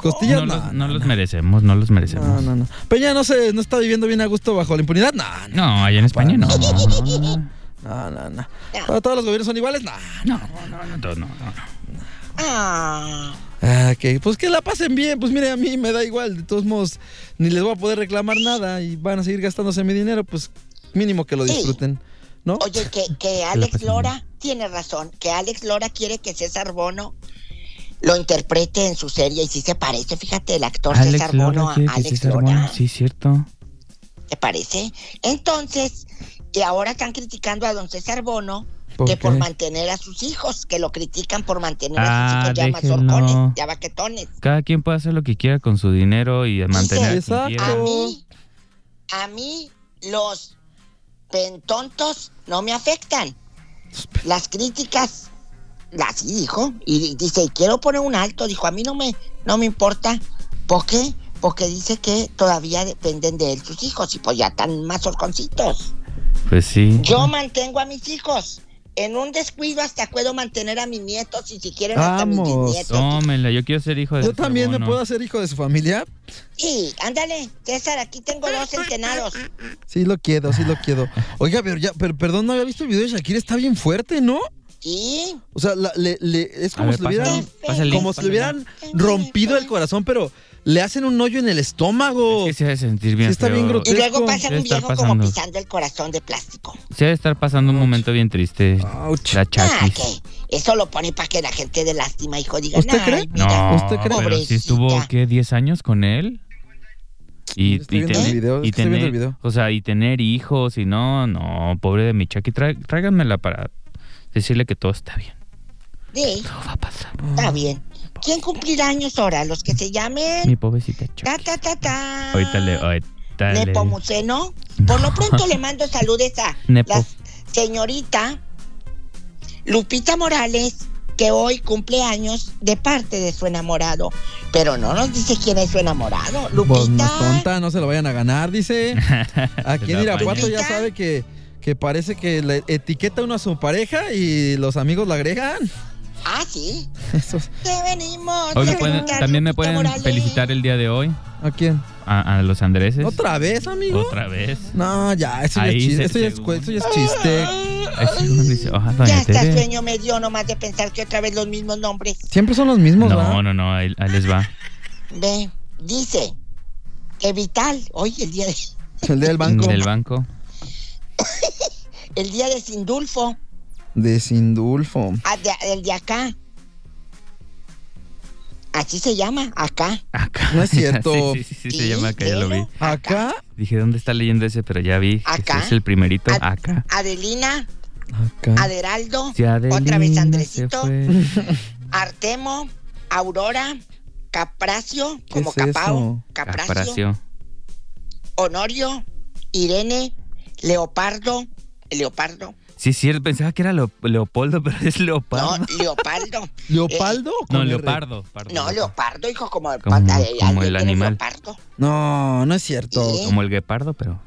[SPEAKER 4] No
[SPEAKER 5] costillas?
[SPEAKER 4] los, no los merecemos, no los
[SPEAKER 5] No,
[SPEAKER 4] merecemos.
[SPEAKER 5] no, no. Peña no, se, no está viviendo bien a gusto bajo la impunidad. No, no,
[SPEAKER 4] No, allá en España no. No, no, no.
[SPEAKER 5] no. no, no. ¿Todos- ¿Todos los gobiernos son iguales? No.
[SPEAKER 4] No, no, no, no, no, no.
[SPEAKER 6] Ah,
[SPEAKER 5] Ah, que pues que la pasen bien. Pues mire, a mí me da igual. De todos modos, ni les voy a poder reclamar nada y van a seguir gastándose mi dinero. Pues mínimo que lo
[SPEAKER 6] Sí.
[SPEAKER 5] disfruten, ¿no?
[SPEAKER 6] oye, que, que Alex Lora tiene razón, que Alex Lora quiere que César Bono lo interprete en su serie y sí se parece, fíjate, el actor
[SPEAKER 4] Alex
[SPEAKER 6] César Bono
[SPEAKER 4] Lora
[SPEAKER 6] a
[SPEAKER 4] quiere que
[SPEAKER 6] Alex
[SPEAKER 4] César
[SPEAKER 6] Lora.
[SPEAKER 4] Bono, sí, cierto.
[SPEAKER 6] ¿Te parece? Entonces, y ahora están criticando a don César Bono
[SPEAKER 5] ¿Por
[SPEAKER 6] que por
[SPEAKER 5] qué?
[SPEAKER 6] mantener a sus hijos, que lo critican por mantener
[SPEAKER 4] Ah,
[SPEAKER 6] a sus hijos ya
[SPEAKER 4] déjenlo.
[SPEAKER 6] mazorcones, ya vaquetones.
[SPEAKER 4] Cada quien puede hacer lo que quiera con su dinero y mantener
[SPEAKER 5] Dice,
[SPEAKER 4] a quien
[SPEAKER 6] A
[SPEAKER 4] quiera.
[SPEAKER 5] exacto.
[SPEAKER 6] mí, a mí los pentontos no me afectan. Las críticas, las dijo, y dice, quiero poner un alto, dijo, a mí no me, no me importa. ¿Por qué? Porque dice que todavía dependen de él sus hijos y pues ya están más horconcitos.
[SPEAKER 4] Pues sí.
[SPEAKER 6] Yo mantengo a mis hijos. En un descuido hasta puedo mantener a mis nietos y si quieren hasta mis
[SPEAKER 5] Vamos.
[SPEAKER 6] bisnietos.
[SPEAKER 4] Tómela, yo quiero ser hijo de
[SPEAKER 5] Yo
[SPEAKER 4] César
[SPEAKER 5] también me
[SPEAKER 4] Bono.
[SPEAKER 5] puedo hacer hijo de su familia.
[SPEAKER 6] Sí, ándale, César, aquí tengo dos centenados.
[SPEAKER 5] Sí lo quiero, sí lo quiero. Oiga, pero ya, pero perdón, no había visto el video de Shakira, está bien fuerte, ¿no?
[SPEAKER 6] Sí,
[SPEAKER 5] O sea, la- le- le- es
[SPEAKER 4] A
[SPEAKER 5] como
[SPEAKER 4] ver,
[SPEAKER 5] si le hubieran,
[SPEAKER 4] pásale, pásale,
[SPEAKER 5] como si
[SPEAKER 4] pásale.
[SPEAKER 5] le hubieran rompido el corazón, pero le hacen un hoyo en el estómago.
[SPEAKER 4] Es que se ha de sentir bien
[SPEAKER 5] Sí está
[SPEAKER 4] feo.
[SPEAKER 5] bien grotesco.
[SPEAKER 6] Y luego pasa
[SPEAKER 4] Debe
[SPEAKER 6] un
[SPEAKER 4] estar
[SPEAKER 6] viejo como
[SPEAKER 4] pasando.
[SPEAKER 6] pisando el corazón de plástico.
[SPEAKER 4] Se ha de estar pasando un momento bien triste.
[SPEAKER 5] Ouch.
[SPEAKER 4] La
[SPEAKER 6] Ah,
[SPEAKER 4] Chakis.
[SPEAKER 6] que eso lo pone para que la gente de lástima, hijo, diga,
[SPEAKER 5] ¿Usted
[SPEAKER 6] "Ay,
[SPEAKER 5] cree?
[SPEAKER 6] mira".
[SPEAKER 4] No,
[SPEAKER 5] ¿Usted cree?
[SPEAKER 4] pero si estuvo,
[SPEAKER 6] Pobrecita.
[SPEAKER 4] ¿qué? ¿10 años con él? Y,
[SPEAKER 5] Estoy
[SPEAKER 4] y
[SPEAKER 5] viendo
[SPEAKER 4] tener,
[SPEAKER 5] el video,
[SPEAKER 4] y
[SPEAKER 5] estoy viendo
[SPEAKER 4] tener-
[SPEAKER 5] el video.
[SPEAKER 4] o sea, y tener hijos y no, no, pobre de mi Chucky, trá- tráiganmela para decirle que todo está bien.
[SPEAKER 6] Sí,
[SPEAKER 4] Todo va a pasar.
[SPEAKER 6] está bien. ¿Quién cumplirá años ahora? Los que se llamen...
[SPEAKER 4] Mi pobrecita Chucky.
[SPEAKER 6] Ta, ta, ta, ta.
[SPEAKER 4] Ahorita le, ahorita le-
[SPEAKER 6] Nepomuceno. Por lo pronto le mando saludos a
[SPEAKER 4] Nepo.
[SPEAKER 6] la señorita Lupita Morales, que hoy cumple años de parte de su enamorado. Pero no nos dice quién es su enamorado.
[SPEAKER 5] Pues no es
[SPEAKER 6] Lupita.
[SPEAKER 5] tonta, no se lo vayan a ganar, dice. Aquí en
[SPEAKER 4] Se la
[SPEAKER 5] Irapuato ya
[SPEAKER 6] apaña.
[SPEAKER 5] sabe que, que parece que le etiqueta uno a su pareja y los amigos la agregan.
[SPEAKER 6] Ah, sí.
[SPEAKER 5] Eso es-
[SPEAKER 6] Te venimos.
[SPEAKER 4] Hoy me
[SPEAKER 6] a
[SPEAKER 4] pueden-
[SPEAKER 6] felicitar,
[SPEAKER 4] también me
[SPEAKER 6] Lupita
[SPEAKER 4] pueden
[SPEAKER 6] Morales.
[SPEAKER 4] felicitar el día de hoy
[SPEAKER 5] ¿A quién?
[SPEAKER 4] a, a los andreses.
[SPEAKER 5] ¿Otra vez, amigo?
[SPEAKER 4] Otra vez.
[SPEAKER 5] No, ya, eso ya es
[SPEAKER 4] Ahí
[SPEAKER 5] chiste.
[SPEAKER 4] se-
[SPEAKER 5] Eso ya es,
[SPEAKER 4] según.
[SPEAKER 5] eso ya es chiste.
[SPEAKER 6] Ah.
[SPEAKER 4] Ay, según dice, ah, doña
[SPEAKER 6] Ya hasta
[SPEAKER 4] Tere.
[SPEAKER 6] sueño me dio nomás de pensar que otra vez los mismos nombres.
[SPEAKER 5] Siempre son los mismos, ¿verdad?
[SPEAKER 4] No, no, no, ahí, ahí les va.
[SPEAKER 6] Ve, dice que Vital, hoy el día de,
[SPEAKER 5] El día del banco.
[SPEAKER 4] Del banco.
[SPEAKER 6] el día de Sindulfo,
[SPEAKER 5] De Sindulfo.
[SPEAKER 6] ah, de- el de acá. Así se llama, acá.
[SPEAKER 4] Acá.
[SPEAKER 5] No es cierto.
[SPEAKER 4] Ah, sí, sí, sí, sí, se llama acá, ya lo vi.
[SPEAKER 6] velo,
[SPEAKER 5] Acá.
[SPEAKER 4] Dije, ¿dónde está leyendo ese? Pero ya vi. que
[SPEAKER 6] Acá.
[SPEAKER 4] Es el primerito.
[SPEAKER 6] Ad-
[SPEAKER 4] acá.
[SPEAKER 6] Adelina,
[SPEAKER 5] Acá.
[SPEAKER 6] Eh, Aderaldo,
[SPEAKER 4] Si Adelina
[SPEAKER 6] otra vez
[SPEAKER 4] se
[SPEAKER 6] Andresito,
[SPEAKER 4] fue.
[SPEAKER 6] Artemo, Aurora, Capracio,
[SPEAKER 5] ¿Qué
[SPEAKER 6] como
[SPEAKER 5] es eso?
[SPEAKER 6] Capao, Capracio.
[SPEAKER 4] Capracio.
[SPEAKER 6] Honorio, Irene, Leopardo, Leopardo,
[SPEAKER 4] Sí, sí, él pensaba que era Leo- Leopoldo, pero es Leopardo.
[SPEAKER 6] no, Leopardo,
[SPEAKER 5] ¿Leopaldo? o
[SPEAKER 4] No,
[SPEAKER 5] con R?
[SPEAKER 4] leopardo. pardo,
[SPEAKER 6] no,
[SPEAKER 4] leopardo.
[SPEAKER 6] Leopardo, hijo, como el,
[SPEAKER 4] Como-
[SPEAKER 6] pata- eh,
[SPEAKER 4] como el
[SPEAKER 6] ¿alguien tiene
[SPEAKER 4] animal.
[SPEAKER 6] Leopardo,
[SPEAKER 5] No, no es cierto.
[SPEAKER 6] Sí.
[SPEAKER 4] Como el guepardo, pero.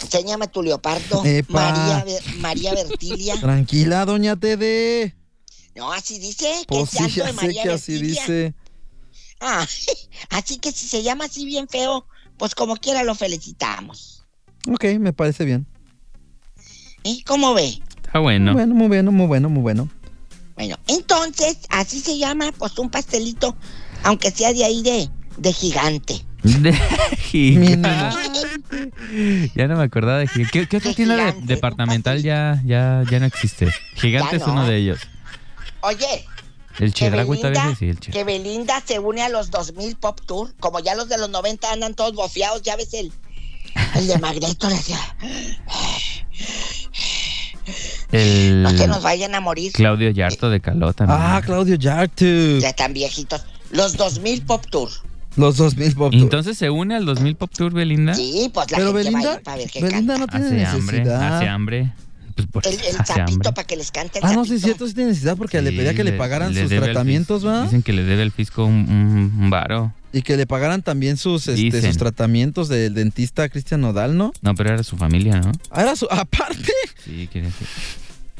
[SPEAKER 6] enséñame tu Leopardo,
[SPEAKER 5] Epa.
[SPEAKER 6] María, Ver- María Bertilia,
[SPEAKER 5] Tranquila, doña TD.
[SPEAKER 6] no, así dice, que
[SPEAKER 5] Pues
[SPEAKER 6] es
[SPEAKER 5] sí, ya
[SPEAKER 6] santo de
[SPEAKER 5] sé
[SPEAKER 6] María
[SPEAKER 5] que así
[SPEAKER 6] Bertilia.
[SPEAKER 5] dice.
[SPEAKER 6] Ah, así que si se llama así bien feo, pues como quiera lo felicitamos,
[SPEAKER 5] Ok, me parece bien.
[SPEAKER 6] ¿eh? ¿Cómo ve?
[SPEAKER 4] Está bueno.
[SPEAKER 5] Bueno, muy bueno, muy bueno, muy bueno.
[SPEAKER 6] Bueno, entonces, así se llama, pues un pastelito, aunque sea de ahí de, de gigante.
[SPEAKER 4] Gigante. ya no me acordaba de Gigante. ¿Qué, qué otra
[SPEAKER 6] De
[SPEAKER 4] tienda de-
[SPEAKER 6] Gigante,
[SPEAKER 4] departamental ya, ya, ya no existe? Gigante
[SPEAKER 6] Ya
[SPEAKER 4] es uno
[SPEAKER 6] no.
[SPEAKER 4] de ellos.
[SPEAKER 6] Oye,
[SPEAKER 4] El
[SPEAKER 6] que
[SPEAKER 4] Chedragui todavía
[SPEAKER 6] Belinda-
[SPEAKER 4] sí, el Chedragui.
[SPEAKER 6] que Belinda se une a los 2000 Pop Tour. Como ya los de los 90 andan todos bofiados, ya ves el, el de Magneto. Le decía,
[SPEAKER 4] El
[SPEAKER 6] no se nos vayan a morir,
[SPEAKER 4] Claudio Yarto de Caló también.
[SPEAKER 5] Ah, Claudio Yartu.
[SPEAKER 6] ya tan viejitos. Los 2000 Pop Tour.
[SPEAKER 5] Los 2000 Pop Tour.
[SPEAKER 4] Entonces se une al 2000 Pop Tour Belinda.
[SPEAKER 6] Sí, pues la
[SPEAKER 5] Pero
[SPEAKER 6] gente va a
[SPEAKER 5] Belinda,
[SPEAKER 6] ir para ver qué
[SPEAKER 5] Belinda
[SPEAKER 6] canta.
[SPEAKER 5] no tiene
[SPEAKER 4] Hace hambre, hace
[SPEAKER 5] necesidad.
[SPEAKER 4] hambre. Pues, pues,
[SPEAKER 6] El, el
[SPEAKER 4] hace hambre.
[SPEAKER 6] sapito para que les cante el
[SPEAKER 5] Ah, no, sí
[SPEAKER 6] sapito.
[SPEAKER 5] es cierto, sí tiene necesidad porque le
[SPEAKER 4] Sí,
[SPEAKER 5] pedía que le pagaran
[SPEAKER 4] le
[SPEAKER 5] sus
[SPEAKER 4] debe al
[SPEAKER 5] tratamientos,
[SPEAKER 4] fisco.
[SPEAKER 5] ¿va?
[SPEAKER 4] Dicen que le debe el fisco un, un- un varo.
[SPEAKER 5] Y que le pagaran también sus, este,
[SPEAKER 4] Dicen.
[SPEAKER 5] sus tratamientos del dentista Cristian Nodal, ¿no?
[SPEAKER 4] No, pero era su familia, ¿no?
[SPEAKER 5] Ah, era su... Aparte.
[SPEAKER 4] Sí, quiere decir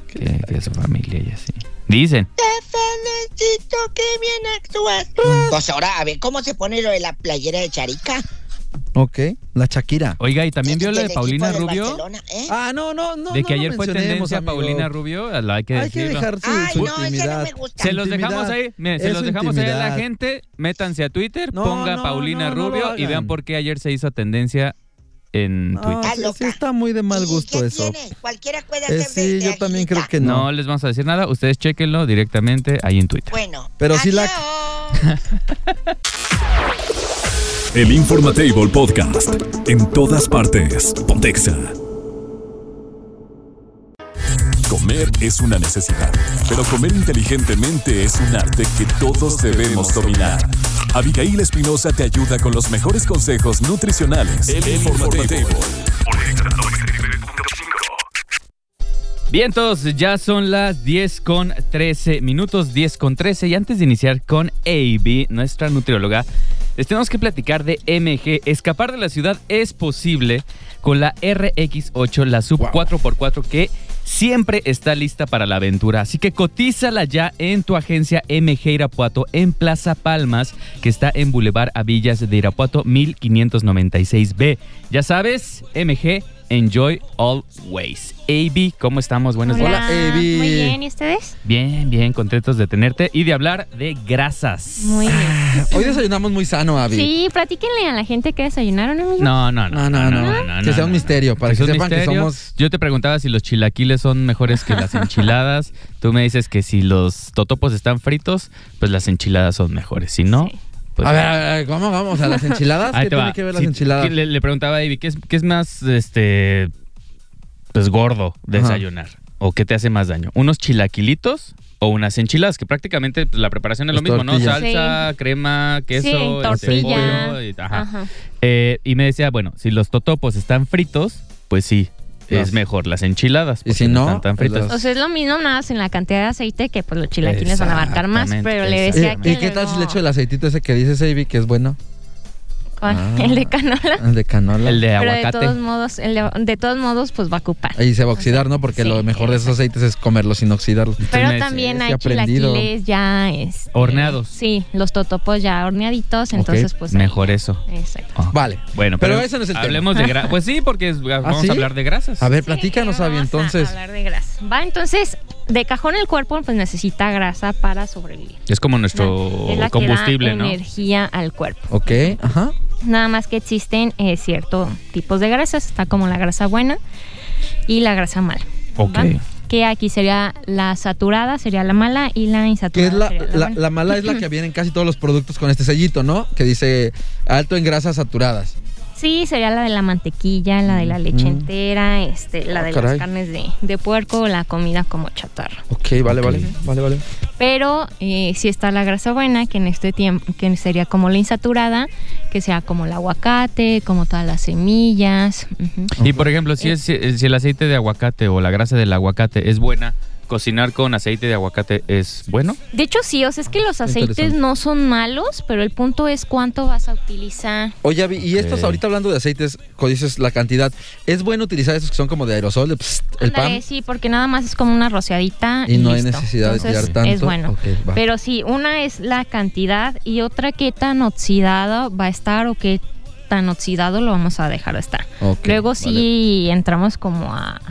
[SPEAKER 4] que, que es su familia y así. Dicen.
[SPEAKER 6] Te felicito, qué bien actúas.
[SPEAKER 5] Mm.
[SPEAKER 6] Pues ahora, a ver, ¿cómo se pone lo de la playera de Charica?
[SPEAKER 5] Ok, la Shakira.
[SPEAKER 4] Oiga, y también vio
[SPEAKER 6] Del
[SPEAKER 4] la de
[SPEAKER 6] equipo
[SPEAKER 4] Paulina
[SPEAKER 6] del
[SPEAKER 4] Rubio.
[SPEAKER 6] Barcelona, ¿eh?
[SPEAKER 5] Ah, no, no, no.
[SPEAKER 4] de
[SPEAKER 5] no
[SPEAKER 4] que
[SPEAKER 5] lo
[SPEAKER 4] ayer fue
[SPEAKER 5] mencionemos,
[SPEAKER 4] tendencia
[SPEAKER 5] amigo.
[SPEAKER 4] Paulina Rubio, ah, la hay que
[SPEAKER 5] Hay que
[SPEAKER 4] decirlo.
[SPEAKER 5] dejar su,
[SPEAKER 6] Ay,
[SPEAKER 5] su
[SPEAKER 6] no, esa no me
[SPEAKER 5] intimidad.
[SPEAKER 6] gusta.
[SPEAKER 4] Se los
[SPEAKER 5] Intimidad.
[SPEAKER 4] dejamos ahí, miren, se
[SPEAKER 5] Es
[SPEAKER 4] los
[SPEAKER 5] su
[SPEAKER 4] dejamos ahí a la
[SPEAKER 5] intimidad.
[SPEAKER 4] gente. Métanse a Twitter,
[SPEAKER 5] No,
[SPEAKER 4] ponga
[SPEAKER 5] no,
[SPEAKER 4] Paulina
[SPEAKER 5] no, no lo
[SPEAKER 4] Rubio y
[SPEAKER 5] hagan.
[SPEAKER 4] vean por qué ayer se hizo tendencia en
[SPEAKER 5] No,
[SPEAKER 4] Twitter.
[SPEAKER 6] Está
[SPEAKER 5] Ah, sí, sí
[SPEAKER 6] loca.
[SPEAKER 5] está muy de mal
[SPEAKER 6] ¿Y
[SPEAKER 5] gusto
[SPEAKER 6] qué
[SPEAKER 5] eso.
[SPEAKER 6] tiene? Cualquiera puede
[SPEAKER 5] Eh,
[SPEAKER 6] hacer de-
[SPEAKER 5] sí,
[SPEAKER 6] de
[SPEAKER 5] yo también creo
[SPEAKER 6] agilita.
[SPEAKER 5] que
[SPEAKER 4] No.
[SPEAKER 5] no.
[SPEAKER 4] les vamos a decir nada, ustedes chequenlo directamente ahí en Twitter.
[SPEAKER 6] Bueno,
[SPEAKER 5] Pero sí la-
[SPEAKER 6] adiós.
[SPEAKER 1] El Informatable Podcast. En todas partes. Pontexa. Comer es una necesidad, pero comer inteligentemente es un arte que todos debemos dominar. Abigail Espinosa te ayuda con los mejores consejos nutricionales. El informativo.
[SPEAKER 4] Bien, todos, ya son las 10 con 13 minutos, 10 con 13. Y antes de iniciar con AB, nuestra nutrióloga, les tenemos que platicar de MG. Escapar de la ciudad es posible con la RX8, la sub 4x4 que siempre está lista para la aventura. Así que cotízala ya en tu agencia MG Irapuato en Plaza Palmas, que está en Boulevard Avillas de Irapuato 1596B. Ya sabes, MG Enjoy Always. AB, ¿cómo estamos? Buenos días.
[SPEAKER 5] Hola, Evi.
[SPEAKER 7] Muy bien, ¿y ustedes?
[SPEAKER 4] Bien, bien, contentos de tenerte y de hablar de grasas.
[SPEAKER 7] Muy bien.
[SPEAKER 5] Hoy desayunamos muy sano, Abby.
[SPEAKER 7] Sí, platíquenle a la gente que desayunaron, amigos.
[SPEAKER 4] No, no, no.
[SPEAKER 5] No, no, no. que sea un misterio, para que,
[SPEAKER 4] sea un
[SPEAKER 5] sepan que
[SPEAKER 4] misterio.
[SPEAKER 5] somos.
[SPEAKER 4] Yo te preguntaba si los chilaquiles son mejores que las enchiladas. Tú me dices que si los totopos están fritos, pues las enchiladas son mejores. Si no, pues.
[SPEAKER 5] a, ver, a ver, a ver, ¿cómo vamos? ¿A las enchiladas?
[SPEAKER 4] ahí
[SPEAKER 5] ¿Qué
[SPEAKER 4] te
[SPEAKER 5] tiene
[SPEAKER 4] va.
[SPEAKER 5] que ver las
[SPEAKER 4] Si-
[SPEAKER 5] enchiladas?
[SPEAKER 4] que Le, le preguntaba a Ivy, ¿qué es, qué es más este pues gordo desayunar? ¿O qué te hace más daño? ¿Unos chilaquilitos? O unas enchiladas, que prácticamente pues, la preparación es lo
[SPEAKER 5] Las
[SPEAKER 4] mismo, ¿no?
[SPEAKER 5] tortillas.
[SPEAKER 4] Salsa, crema, queso,
[SPEAKER 7] sí,
[SPEAKER 4] este,
[SPEAKER 7] tortilla.
[SPEAKER 4] pollo, y- ajá.
[SPEAKER 7] Ajá.
[SPEAKER 4] Eh, y me decía, bueno, si los totopos están fritos, pues sí,
[SPEAKER 5] Las-
[SPEAKER 4] es mejor las enchiladas.
[SPEAKER 5] Y si
[SPEAKER 4] porque
[SPEAKER 5] no,
[SPEAKER 4] están tan
[SPEAKER 5] pues
[SPEAKER 4] fritas.
[SPEAKER 5] las-
[SPEAKER 7] O sea, es lo mismo nada más en la cantidad de aceite que pues los chilaquiles van a abarcar más,
[SPEAKER 4] Exactamente,
[SPEAKER 7] pero le
[SPEAKER 5] Eh,
[SPEAKER 7] decía
[SPEAKER 4] exactamente.
[SPEAKER 7] que
[SPEAKER 5] ¿Y qué tal
[SPEAKER 7] luego-
[SPEAKER 5] si le echo el aceitito ese que dices, Abby, que es bueno?
[SPEAKER 7] ¿Cuál?
[SPEAKER 5] Ah.
[SPEAKER 7] el de canola.
[SPEAKER 5] El de canola.
[SPEAKER 4] El de
[SPEAKER 7] Pero de
[SPEAKER 4] aguacate.
[SPEAKER 7] todos modos, el de, de todos modos pues va a ocupar.
[SPEAKER 5] Ahí se va a oxidar, ¿no? Porque
[SPEAKER 7] Sí,
[SPEAKER 5] lo mejor de esos aceites es comerlos sin oxidarlos.
[SPEAKER 7] Pero
[SPEAKER 4] me-
[SPEAKER 7] también
[SPEAKER 5] sí,
[SPEAKER 7] hay
[SPEAKER 5] he aprendido.
[SPEAKER 7] chilaquiles ya este,
[SPEAKER 4] Horneados.
[SPEAKER 7] Sí, los totopos ya horneaditos,
[SPEAKER 5] Ok,
[SPEAKER 7] entonces pues ahí-
[SPEAKER 4] Mejor eso.
[SPEAKER 7] Exacto.
[SPEAKER 4] Ah.
[SPEAKER 5] Vale.
[SPEAKER 4] Bueno,
[SPEAKER 5] Pero
[SPEAKER 4] pero,
[SPEAKER 5] ese no es el tema. ¿Ah,
[SPEAKER 4] hablemos de grasas. Pues sí, porque es- vamos
[SPEAKER 5] sí?
[SPEAKER 4] a hablar de grasas.
[SPEAKER 5] A ver,
[SPEAKER 7] Sí,
[SPEAKER 5] platícanos, Abby,
[SPEAKER 7] vamos a
[SPEAKER 5] entonces.
[SPEAKER 7] hablar de grasa. Va, entonces, de cajón el cuerpo pues necesita grasa para sobrevivir.
[SPEAKER 4] Es como nuestro
[SPEAKER 7] Es la que da
[SPEAKER 4] combustible, ¿no?
[SPEAKER 7] energía al cuerpo.
[SPEAKER 5] Ok, ajá.
[SPEAKER 7] Nada más que existen eh, ciertos tipos de grasas. Está como la grasa buena y la grasa mala.
[SPEAKER 4] Ok.
[SPEAKER 7] ¿va? Que aquí sería la saturada, sería la mala y la
[SPEAKER 5] Que
[SPEAKER 7] insaturada.
[SPEAKER 5] es la,
[SPEAKER 7] sería la
[SPEAKER 5] la,
[SPEAKER 7] buena.
[SPEAKER 5] la mala es la que viene en casi todos los productos con este sellito, ¿no? Que dice alto en grasas saturadas.
[SPEAKER 7] Sí, sería la de la mantequilla, la de la leche
[SPEAKER 5] Mm.
[SPEAKER 7] entera, este, la
[SPEAKER 5] Ah,
[SPEAKER 7] de
[SPEAKER 5] caray.
[SPEAKER 7] las carnes de, de puerco, la comida como chatarra.
[SPEAKER 5] Ok, vale, vale, vale, vale.
[SPEAKER 7] Pero eh, sí está la grasa buena, que en este tiempo, que sería como la insaturada, que sea como el aguacate, como todas las semillas. ujú.
[SPEAKER 4] Y por ejemplo,
[SPEAKER 7] Eh.
[SPEAKER 4] si, es, si el aceite de aguacate o la grasa del aguacate es buena, cocinar con aceite de aguacate es bueno.
[SPEAKER 7] De hecho, sí, o sea, es que los aceites
[SPEAKER 5] Interesante.
[SPEAKER 7] no son malos, pero el punto es cuánto vas a utilizar.
[SPEAKER 5] Oye, Abby, y estos
[SPEAKER 4] Ok.
[SPEAKER 5] ahorita hablando de aceites, cuando dices la cantidad, ¿es bueno utilizar esos que son como de aerosol, de psst, el
[SPEAKER 7] Ándale,
[SPEAKER 5] pan?
[SPEAKER 7] Sí, porque nada más es como una rociadita.
[SPEAKER 5] Y no hay
[SPEAKER 7] listo.
[SPEAKER 5] necesidad de
[SPEAKER 7] Entonces,
[SPEAKER 5] tirar tanto.
[SPEAKER 7] Es bueno.
[SPEAKER 5] Ok, va.
[SPEAKER 7] Pero sí, una es la cantidad y otra qué tan oxidado va a estar o qué tan oxidado lo vamos a dejar estar.
[SPEAKER 5] Ok,
[SPEAKER 7] Luego
[SPEAKER 5] vale.
[SPEAKER 7] sí entramos como a,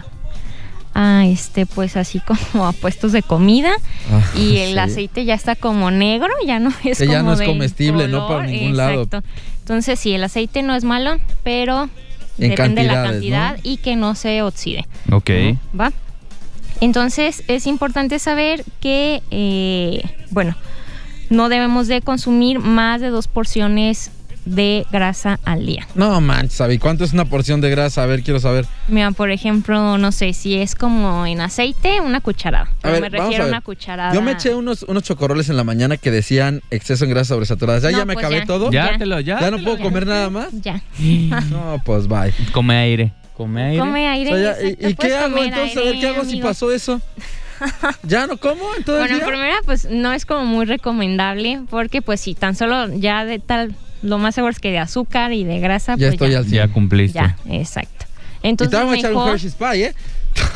[SPEAKER 7] a este, pues así como a puestos de comida
[SPEAKER 5] Ah,
[SPEAKER 7] y el
[SPEAKER 5] sí.
[SPEAKER 7] aceite ya está como negro, ya no es
[SPEAKER 5] Que ya
[SPEAKER 7] como
[SPEAKER 5] no es
[SPEAKER 7] de
[SPEAKER 5] comestible, ¿no? Para ningún lado.
[SPEAKER 7] Exacto. Entonces sí, el aceite no es malo, pero
[SPEAKER 5] En
[SPEAKER 7] depende de la
[SPEAKER 5] cantidades,
[SPEAKER 7] cantidad
[SPEAKER 5] ¿no?
[SPEAKER 7] y que no se oxide.
[SPEAKER 4] Ok.
[SPEAKER 7] ¿va? Entonces es importante saber que, eh, bueno, no debemos de consumir más de dos porciones de grasa al día.
[SPEAKER 5] No manches, Abby, ¿cuánto es una porción de grasa? A ver, quiero saber.
[SPEAKER 7] Mira, por ejemplo, no sé, si es como en aceite, una cucharada.
[SPEAKER 5] A
[SPEAKER 7] Pero
[SPEAKER 5] ver,
[SPEAKER 7] me
[SPEAKER 5] vamos
[SPEAKER 7] refiero
[SPEAKER 5] a
[SPEAKER 7] a,
[SPEAKER 5] ver.
[SPEAKER 7] una cucharada.
[SPEAKER 5] Yo me eché unos, unos chocorroles en la mañana que decían exceso en grasas sobresaturadas. ¿Ya,
[SPEAKER 7] No,
[SPEAKER 5] ya me
[SPEAKER 7] pues
[SPEAKER 5] acabé
[SPEAKER 7] ya.
[SPEAKER 5] todo?
[SPEAKER 4] Ya,
[SPEAKER 7] Ya.
[SPEAKER 4] te lo, ya.
[SPEAKER 5] ¿Ya
[SPEAKER 4] te
[SPEAKER 5] no
[SPEAKER 4] lo-
[SPEAKER 5] puedo comer nada más?
[SPEAKER 7] Ya.
[SPEAKER 5] No, pues bye.
[SPEAKER 4] Come aire. Come aire.
[SPEAKER 7] Come aire.
[SPEAKER 5] O sea, ya-
[SPEAKER 7] exacto,
[SPEAKER 5] ¿Y, y qué
[SPEAKER 7] puedes
[SPEAKER 5] hago
[SPEAKER 7] comer
[SPEAKER 5] entonces? a
[SPEAKER 7] aire,
[SPEAKER 5] ver, ¿qué hago si
[SPEAKER 7] amigo.
[SPEAKER 5] pasó eso? ¿Ya no como en todo el
[SPEAKER 7] Bueno, en
[SPEAKER 5] día?
[SPEAKER 7] primera, pues no es como muy recomendable, porque pues si tan solo ya de tal, lo más seguro es que de azúcar y de grasa,
[SPEAKER 5] Ya
[SPEAKER 7] pues
[SPEAKER 5] estoy al
[SPEAKER 4] Ya
[SPEAKER 5] 100.
[SPEAKER 4] cumpliste.
[SPEAKER 7] Ya, exacto.
[SPEAKER 5] Y te
[SPEAKER 7] Entonces,
[SPEAKER 5] vamos a echar un
[SPEAKER 7] mejor,
[SPEAKER 5] Hershey's Pie, ¿eh?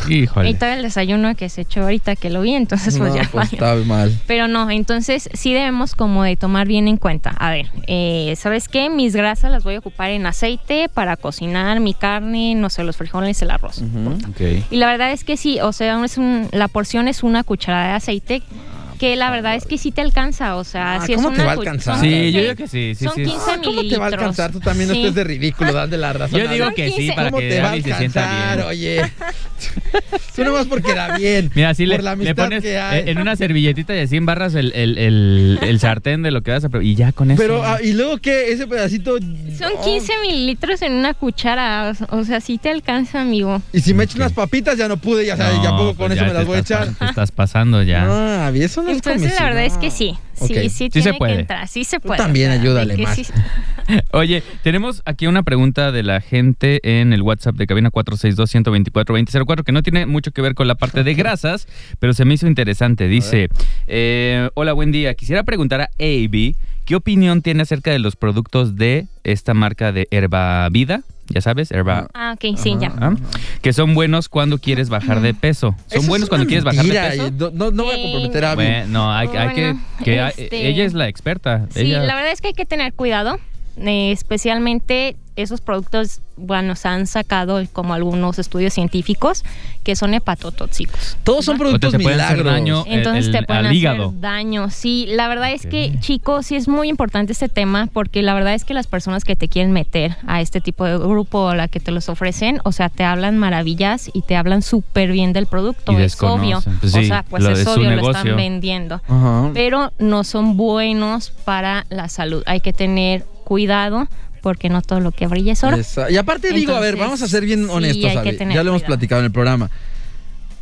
[SPEAKER 4] Híjole.
[SPEAKER 7] y todo el desayuno que se echó ahorita que lo vi, entonces pues
[SPEAKER 5] no,
[SPEAKER 7] ya
[SPEAKER 5] pues
[SPEAKER 7] valió.
[SPEAKER 5] está mal.
[SPEAKER 7] Pero no, entonces sí debemos como de tomar bien en cuenta. A ver, eh, ¿sabes qué? Mis grasas las voy a ocupar en aceite para cocinar mi carne, no sé, los frijoles, el arroz.
[SPEAKER 4] Ok.
[SPEAKER 7] Y la verdad es que sí, o sea, es un- la porción es una cucharada de aceite que la verdad es que sí te alcanza, o sea,
[SPEAKER 5] Ah,
[SPEAKER 7] si es
[SPEAKER 5] ¿cómo
[SPEAKER 7] una
[SPEAKER 5] te va a
[SPEAKER 7] cuch-
[SPEAKER 5] alcanzar?
[SPEAKER 7] son
[SPEAKER 4] Sí,
[SPEAKER 5] ok.
[SPEAKER 4] yo
[SPEAKER 7] 15
[SPEAKER 4] digo que sí, sí,
[SPEAKER 7] son
[SPEAKER 4] sí.
[SPEAKER 7] 15
[SPEAKER 5] ¿Cómo te va a
[SPEAKER 7] mililitros.
[SPEAKER 5] alcanzar? Tú también no
[SPEAKER 7] Sí.
[SPEAKER 5] estés de ridículo, dale la razón.
[SPEAKER 4] Yo digo
[SPEAKER 7] Son
[SPEAKER 4] que sí,
[SPEAKER 7] 15.
[SPEAKER 4] para
[SPEAKER 5] ¿Cómo
[SPEAKER 4] que
[SPEAKER 5] te va a
[SPEAKER 4] Abby se sienta
[SPEAKER 5] alcanzar?
[SPEAKER 4] bien.
[SPEAKER 5] Oye, Tú nomás porque da bien.
[SPEAKER 4] Mira, así
[SPEAKER 5] por
[SPEAKER 4] le,
[SPEAKER 5] la
[SPEAKER 4] le
[SPEAKER 5] amistad
[SPEAKER 4] pones
[SPEAKER 5] que hay.
[SPEAKER 4] eh, en una servilletita y así embarras el, el- el- el sartén de lo que vas a pre- Y ya con eso.
[SPEAKER 5] Pero, ah, ¿y luego qué? Ese pedacito.
[SPEAKER 7] Son
[SPEAKER 5] no.
[SPEAKER 7] 15 mililitros en una cuchara. o- O sea, sí te alcanza, amigo.
[SPEAKER 5] Y si me echo unas papitas, ya no pude, ya sabes,
[SPEAKER 4] No,
[SPEAKER 5] ya poco
[SPEAKER 4] pues
[SPEAKER 5] con eso
[SPEAKER 4] ya
[SPEAKER 5] me
[SPEAKER 4] te
[SPEAKER 5] las voy a
[SPEAKER 4] estás
[SPEAKER 5] echar.
[SPEAKER 4] pas- Te estás pasando ya.
[SPEAKER 5] Ah, y eso no es
[SPEAKER 7] Entonces, la
[SPEAKER 5] comisión.
[SPEAKER 7] verdad es que sí. Sí,
[SPEAKER 5] Ok.
[SPEAKER 7] sí,
[SPEAKER 4] se
[SPEAKER 5] Sí
[SPEAKER 7] tiene
[SPEAKER 4] puede.
[SPEAKER 7] que entrar. Sí se puede.
[SPEAKER 5] también
[SPEAKER 7] de
[SPEAKER 5] ayúdale
[SPEAKER 7] que
[SPEAKER 5] más.
[SPEAKER 7] sí-
[SPEAKER 4] Oye, tenemos aquí una pregunta de la gente en el WhatsApp de cabina 462-124-2004 que no tiene mucho que ver con la parte de grasas, pero se me hizo interesante. Dice, eh, hola, buen día. Quisiera preguntar a AB, ¿qué opinión tiene acerca de los productos de esta marca de Herba Vida? Ya sabes, Herba...
[SPEAKER 7] Ah, ok, sí, ya.
[SPEAKER 4] ¿ah? Que son buenos cuando quieres bajar de peso.
[SPEAKER 5] Eso
[SPEAKER 4] ¿Son
[SPEAKER 5] es
[SPEAKER 4] buenos
[SPEAKER 5] una
[SPEAKER 4] cuando quieres bajar de
[SPEAKER 5] mentira, eh,
[SPEAKER 4] peso?
[SPEAKER 5] y No, no- no voy a
[SPEAKER 7] Sí.
[SPEAKER 5] comprometer a Abby.
[SPEAKER 4] Bueno, no, hay, hay que...
[SPEAKER 7] Bueno,
[SPEAKER 4] que hay-
[SPEAKER 7] este-
[SPEAKER 4] Ella es la experta.
[SPEAKER 7] Sí,
[SPEAKER 4] ella-
[SPEAKER 7] la verdad es que hay que tener cuidado, eh, especialmente esos productos, bueno, se han sacado como algunos estudios científicos que son hepatotóxicos.
[SPEAKER 5] Todos son
[SPEAKER 4] O te-
[SPEAKER 5] productos
[SPEAKER 4] te pueden hacer
[SPEAKER 5] milagros.
[SPEAKER 4] daño el-
[SPEAKER 7] Entonces
[SPEAKER 4] el-
[SPEAKER 7] te pueden
[SPEAKER 4] al
[SPEAKER 7] hacer
[SPEAKER 4] hígado.
[SPEAKER 7] daño. Sí, la verdad es que,
[SPEAKER 4] Ok.
[SPEAKER 7] chicos, sí es muy importante este tema porque la verdad es que las personas que te quieren meter a este tipo de grupo a la que te los ofrecen, o sea, te hablan maravillas y te hablan súper bien del producto.
[SPEAKER 4] Y
[SPEAKER 7] es obvio.
[SPEAKER 4] desconocen. Pues
[SPEAKER 7] o
[SPEAKER 4] sí,
[SPEAKER 7] sea, pues
[SPEAKER 4] lo de
[SPEAKER 7] es
[SPEAKER 4] su
[SPEAKER 7] obvio, lo
[SPEAKER 4] negocio.
[SPEAKER 7] están vendiendo
[SPEAKER 5] Ajá.
[SPEAKER 7] pero no son buenos para la salud. Hay que tener cuidado porque no todo lo que brilla es oro.
[SPEAKER 5] Esa- Y aparte digo, a ver,
[SPEAKER 7] Entonces,
[SPEAKER 5] vamos a ser bien
[SPEAKER 7] sí,
[SPEAKER 5] honestos,
[SPEAKER 7] hay que
[SPEAKER 5] Abby.
[SPEAKER 7] tener
[SPEAKER 5] Ya lo hemos
[SPEAKER 7] cuidado.
[SPEAKER 5] platicado en el programa.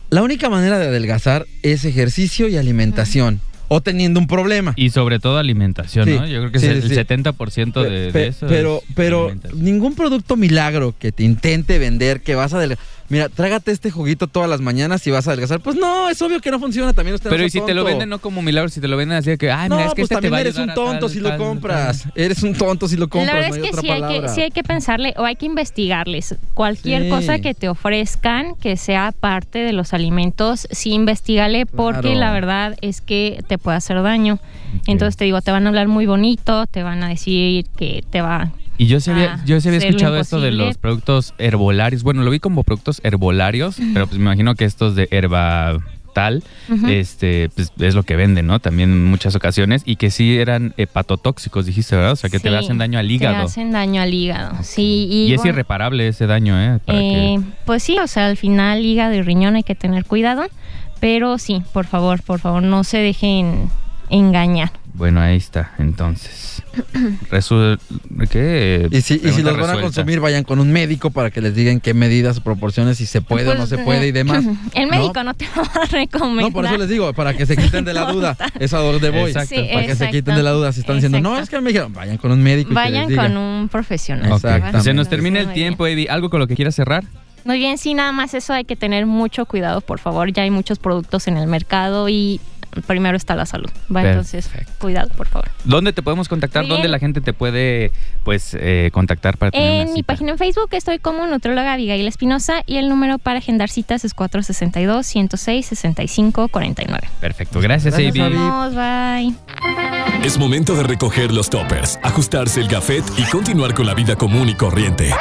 [SPEAKER 5] La única manera de adelgazar es ejercicio y alimentación. O teniendo un problema.
[SPEAKER 4] Y sobre todo alimentación,
[SPEAKER 5] Sí,
[SPEAKER 4] ¿no? Yo creo que
[SPEAKER 5] sí,
[SPEAKER 4] es el
[SPEAKER 5] sí, sí.
[SPEAKER 4] 70% de, de
[SPEAKER 5] Pe-
[SPEAKER 4] eso.
[SPEAKER 5] pero,
[SPEAKER 4] es
[SPEAKER 5] pero
[SPEAKER 4] alimentación.
[SPEAKER 5] ningún producto milagro que te intente vender, que vas a adelgazar. Mira, trágate este juguito todas las mañanas y vas a adelgazar. Pues no, es obvio que no funciona. También usted no
[SPEAKER 4] Pero
[SPEAKER 5] sea
[SPEAKER 4] y si te lo
[SPEAKER 5] tonto.
[SPEAKER 4] venden no como milagro, si te lo venden así de que, ay,
[SPEAKER 5] no,
[SPEAKER 4] mira, es que
[SPEAKER 5] pues
[SPEAKER 4] este te
[SPEAKER 5] también
[SPEAKER 4] va a
[SPEAKER 5] eres un
[SPEAKER 4] ayudar a
[SPEAKER 5] tonto
[SPEAKER 4] tal,
[SPEAKER 5] si lo
[SPEAKER 4] tal, tal.
[SPEAKER 5] compras. Eres un tonto si lo
[SPEAKER 7] la
[SPEAKER 5] compras.
[SPEAKER 7] verdad
[SPEAKER 5] no
[SPEAKER 7] es
[SPEAKER 5] hay
[SPEAKER 7] que
[SPEAKER 5] otra
[SPEAKER 7] sí hay que,
[SPEAKER 5] palabra.
[SPEAKER 7] sí hay que pensarle o hay que investigarles. Cualquier
[SPEAKER 5] Sí.
[SPEAKER 7] cosa que te ofrezcan que sea parte de los alimentos, sí investigale porque
[SPEAKER 5] Claro.
[SPEAKER 7] la verdad es que te puede hacer daño. Entonces te digo, te van a hablar muy bonito, te van a decir que te va...
[SPEAKER 4] Y yo sí había,
[SPEAKER 7] Ah,
[SPEAKER 4] yo sí había
[SPEAKER 7] ser lo
[SPEAKER 4] escuchado esto de
[SPEAKER 7] imposible.
[SPEAKER 4] los productos herbolarios. Bueno, lo vi como productos herbolarios, pero pues me imagino que estos de herba tal,
[SPEAKER 7] Ujú.
[SPEAKER 4] este, pues, es lo que venden, ¿no? También en muchas ocasiones. Y que sí eran hepatotóxicos, dijiste, ¿verdad? O sea, que te
[SPEAKER 7] Sí,
[SPEAKER 4] hacen daño al hígado.
[SPEAKER 7] Te hacen daño al hígado, sí.
[SPEAKER 4] Y,
[SPEAKER 7] Y,
[SPEAKER 4] es
[SPEAKER 7] bueno,
[SPEAKER 4] irreparable ese daño, ¿eh? Para que-
[SPEAKER 7] Eh, Pues sí, o sea, al final hígado y riñón hay que tener cuidado, pero sí, por favor, por favor, no se dejen engañar.
[SPEAKER 4] Bueno, ahí está, entonces. Resu- ¿Qué?
[SPEAKER 5] Y si, y si
[SPEAKER 4] Pregunta
[SPEAKER 5] los van a
[SPEAKER 4] resuelta.
[SPEAKER 5] consumir, vayan con un médico para que les digan qué medidas, proporciones, si se puede o no
[SPEAKER 7] Pues,
[SPEAKER 5] se puede y demás.
[SPEAKER 7] El
[SPEAKER 5] ¿No?
[SPEAKER 7] médico no, te va a recomendar.
[SPEAKER 5] No, por eso les digo, para que se quiten de la duda. Esa donde voy.
[SPEAKER 4] Exacto.
[SPEAKER 7] Sí,
[SPEAKER 5] para que se
[SPEAKER 7] exacto.
[SPEAKER 5] quiten de la duda. Si están diciendo, no,
[SPEAKER 7] Exacto.
[SPEAKER 5] es que me dijeron, vayan con un médico. y que les
[SPEAKER 7] Vayan
[SPEAKER 5] diga.
[SPEAKER 7] con un profesional.
[SPEAKER 4] Ok,
[SPEAKER 5] Exactamente.
[SPEAKER 7] ¿va?
[SPEAKER 4] Se nos
[SPEAKER 7] Entonces,
[SPEAKER 4] termina el
[SPEAKER 7] muy bien.
[SPEAKER 4] tiempo, Evi. ¿Algo con lo que quieras cerrar?
[SPEAKER 7] Muy bien, sí, nada más eso hay que tener mucho cuidado, por favor. Ya hay muchos productos en el mercado y primero está la salud. ¿va? Entonces, cuidado, por favor.
[SPEAKER 4] ¿Dónde te podemos contactar?
[SPEAKER 7] Muy
[SPEAKER 4] ¿Dónde
[SPEAKER 7] bien.
[SPEAKER 4] la gente te puede pues eh, contactar para tener una
[SPEAKER 7] En mi
[SPEAKER 4] cita?
[SPEAKER 7] página en Facebook estoy como nutróloga Abigail Espinosa y el número para agendar citas es 462-106-6549.
[SPEAKER 4] Perfecto, gracias,
[SPEAKER 5] Gracias,
[SPEAKER 4] Evi.
[SPEAKER 5] Abby.
[SPEAKER 7] Nos vemos, bye.
[SPEAKER 1] Es momento de recoger los toppers, ajustarse el gafet y continuar con la vida común y corriente.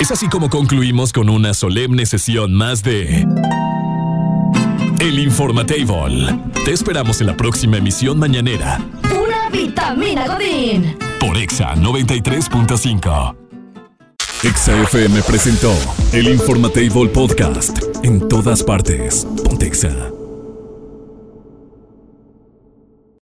[SPEAKER 1] Es así como concluimos con una solemne sesión más de El Informatable. Te esperamos en la próxima emisión mañanera
[SPEAKER 3] Pura vitamina Godín.
[SPEAKER 1] por Exa 93.5. Exa FM presentó El Informatable Podcast en todas partes. Pontexa.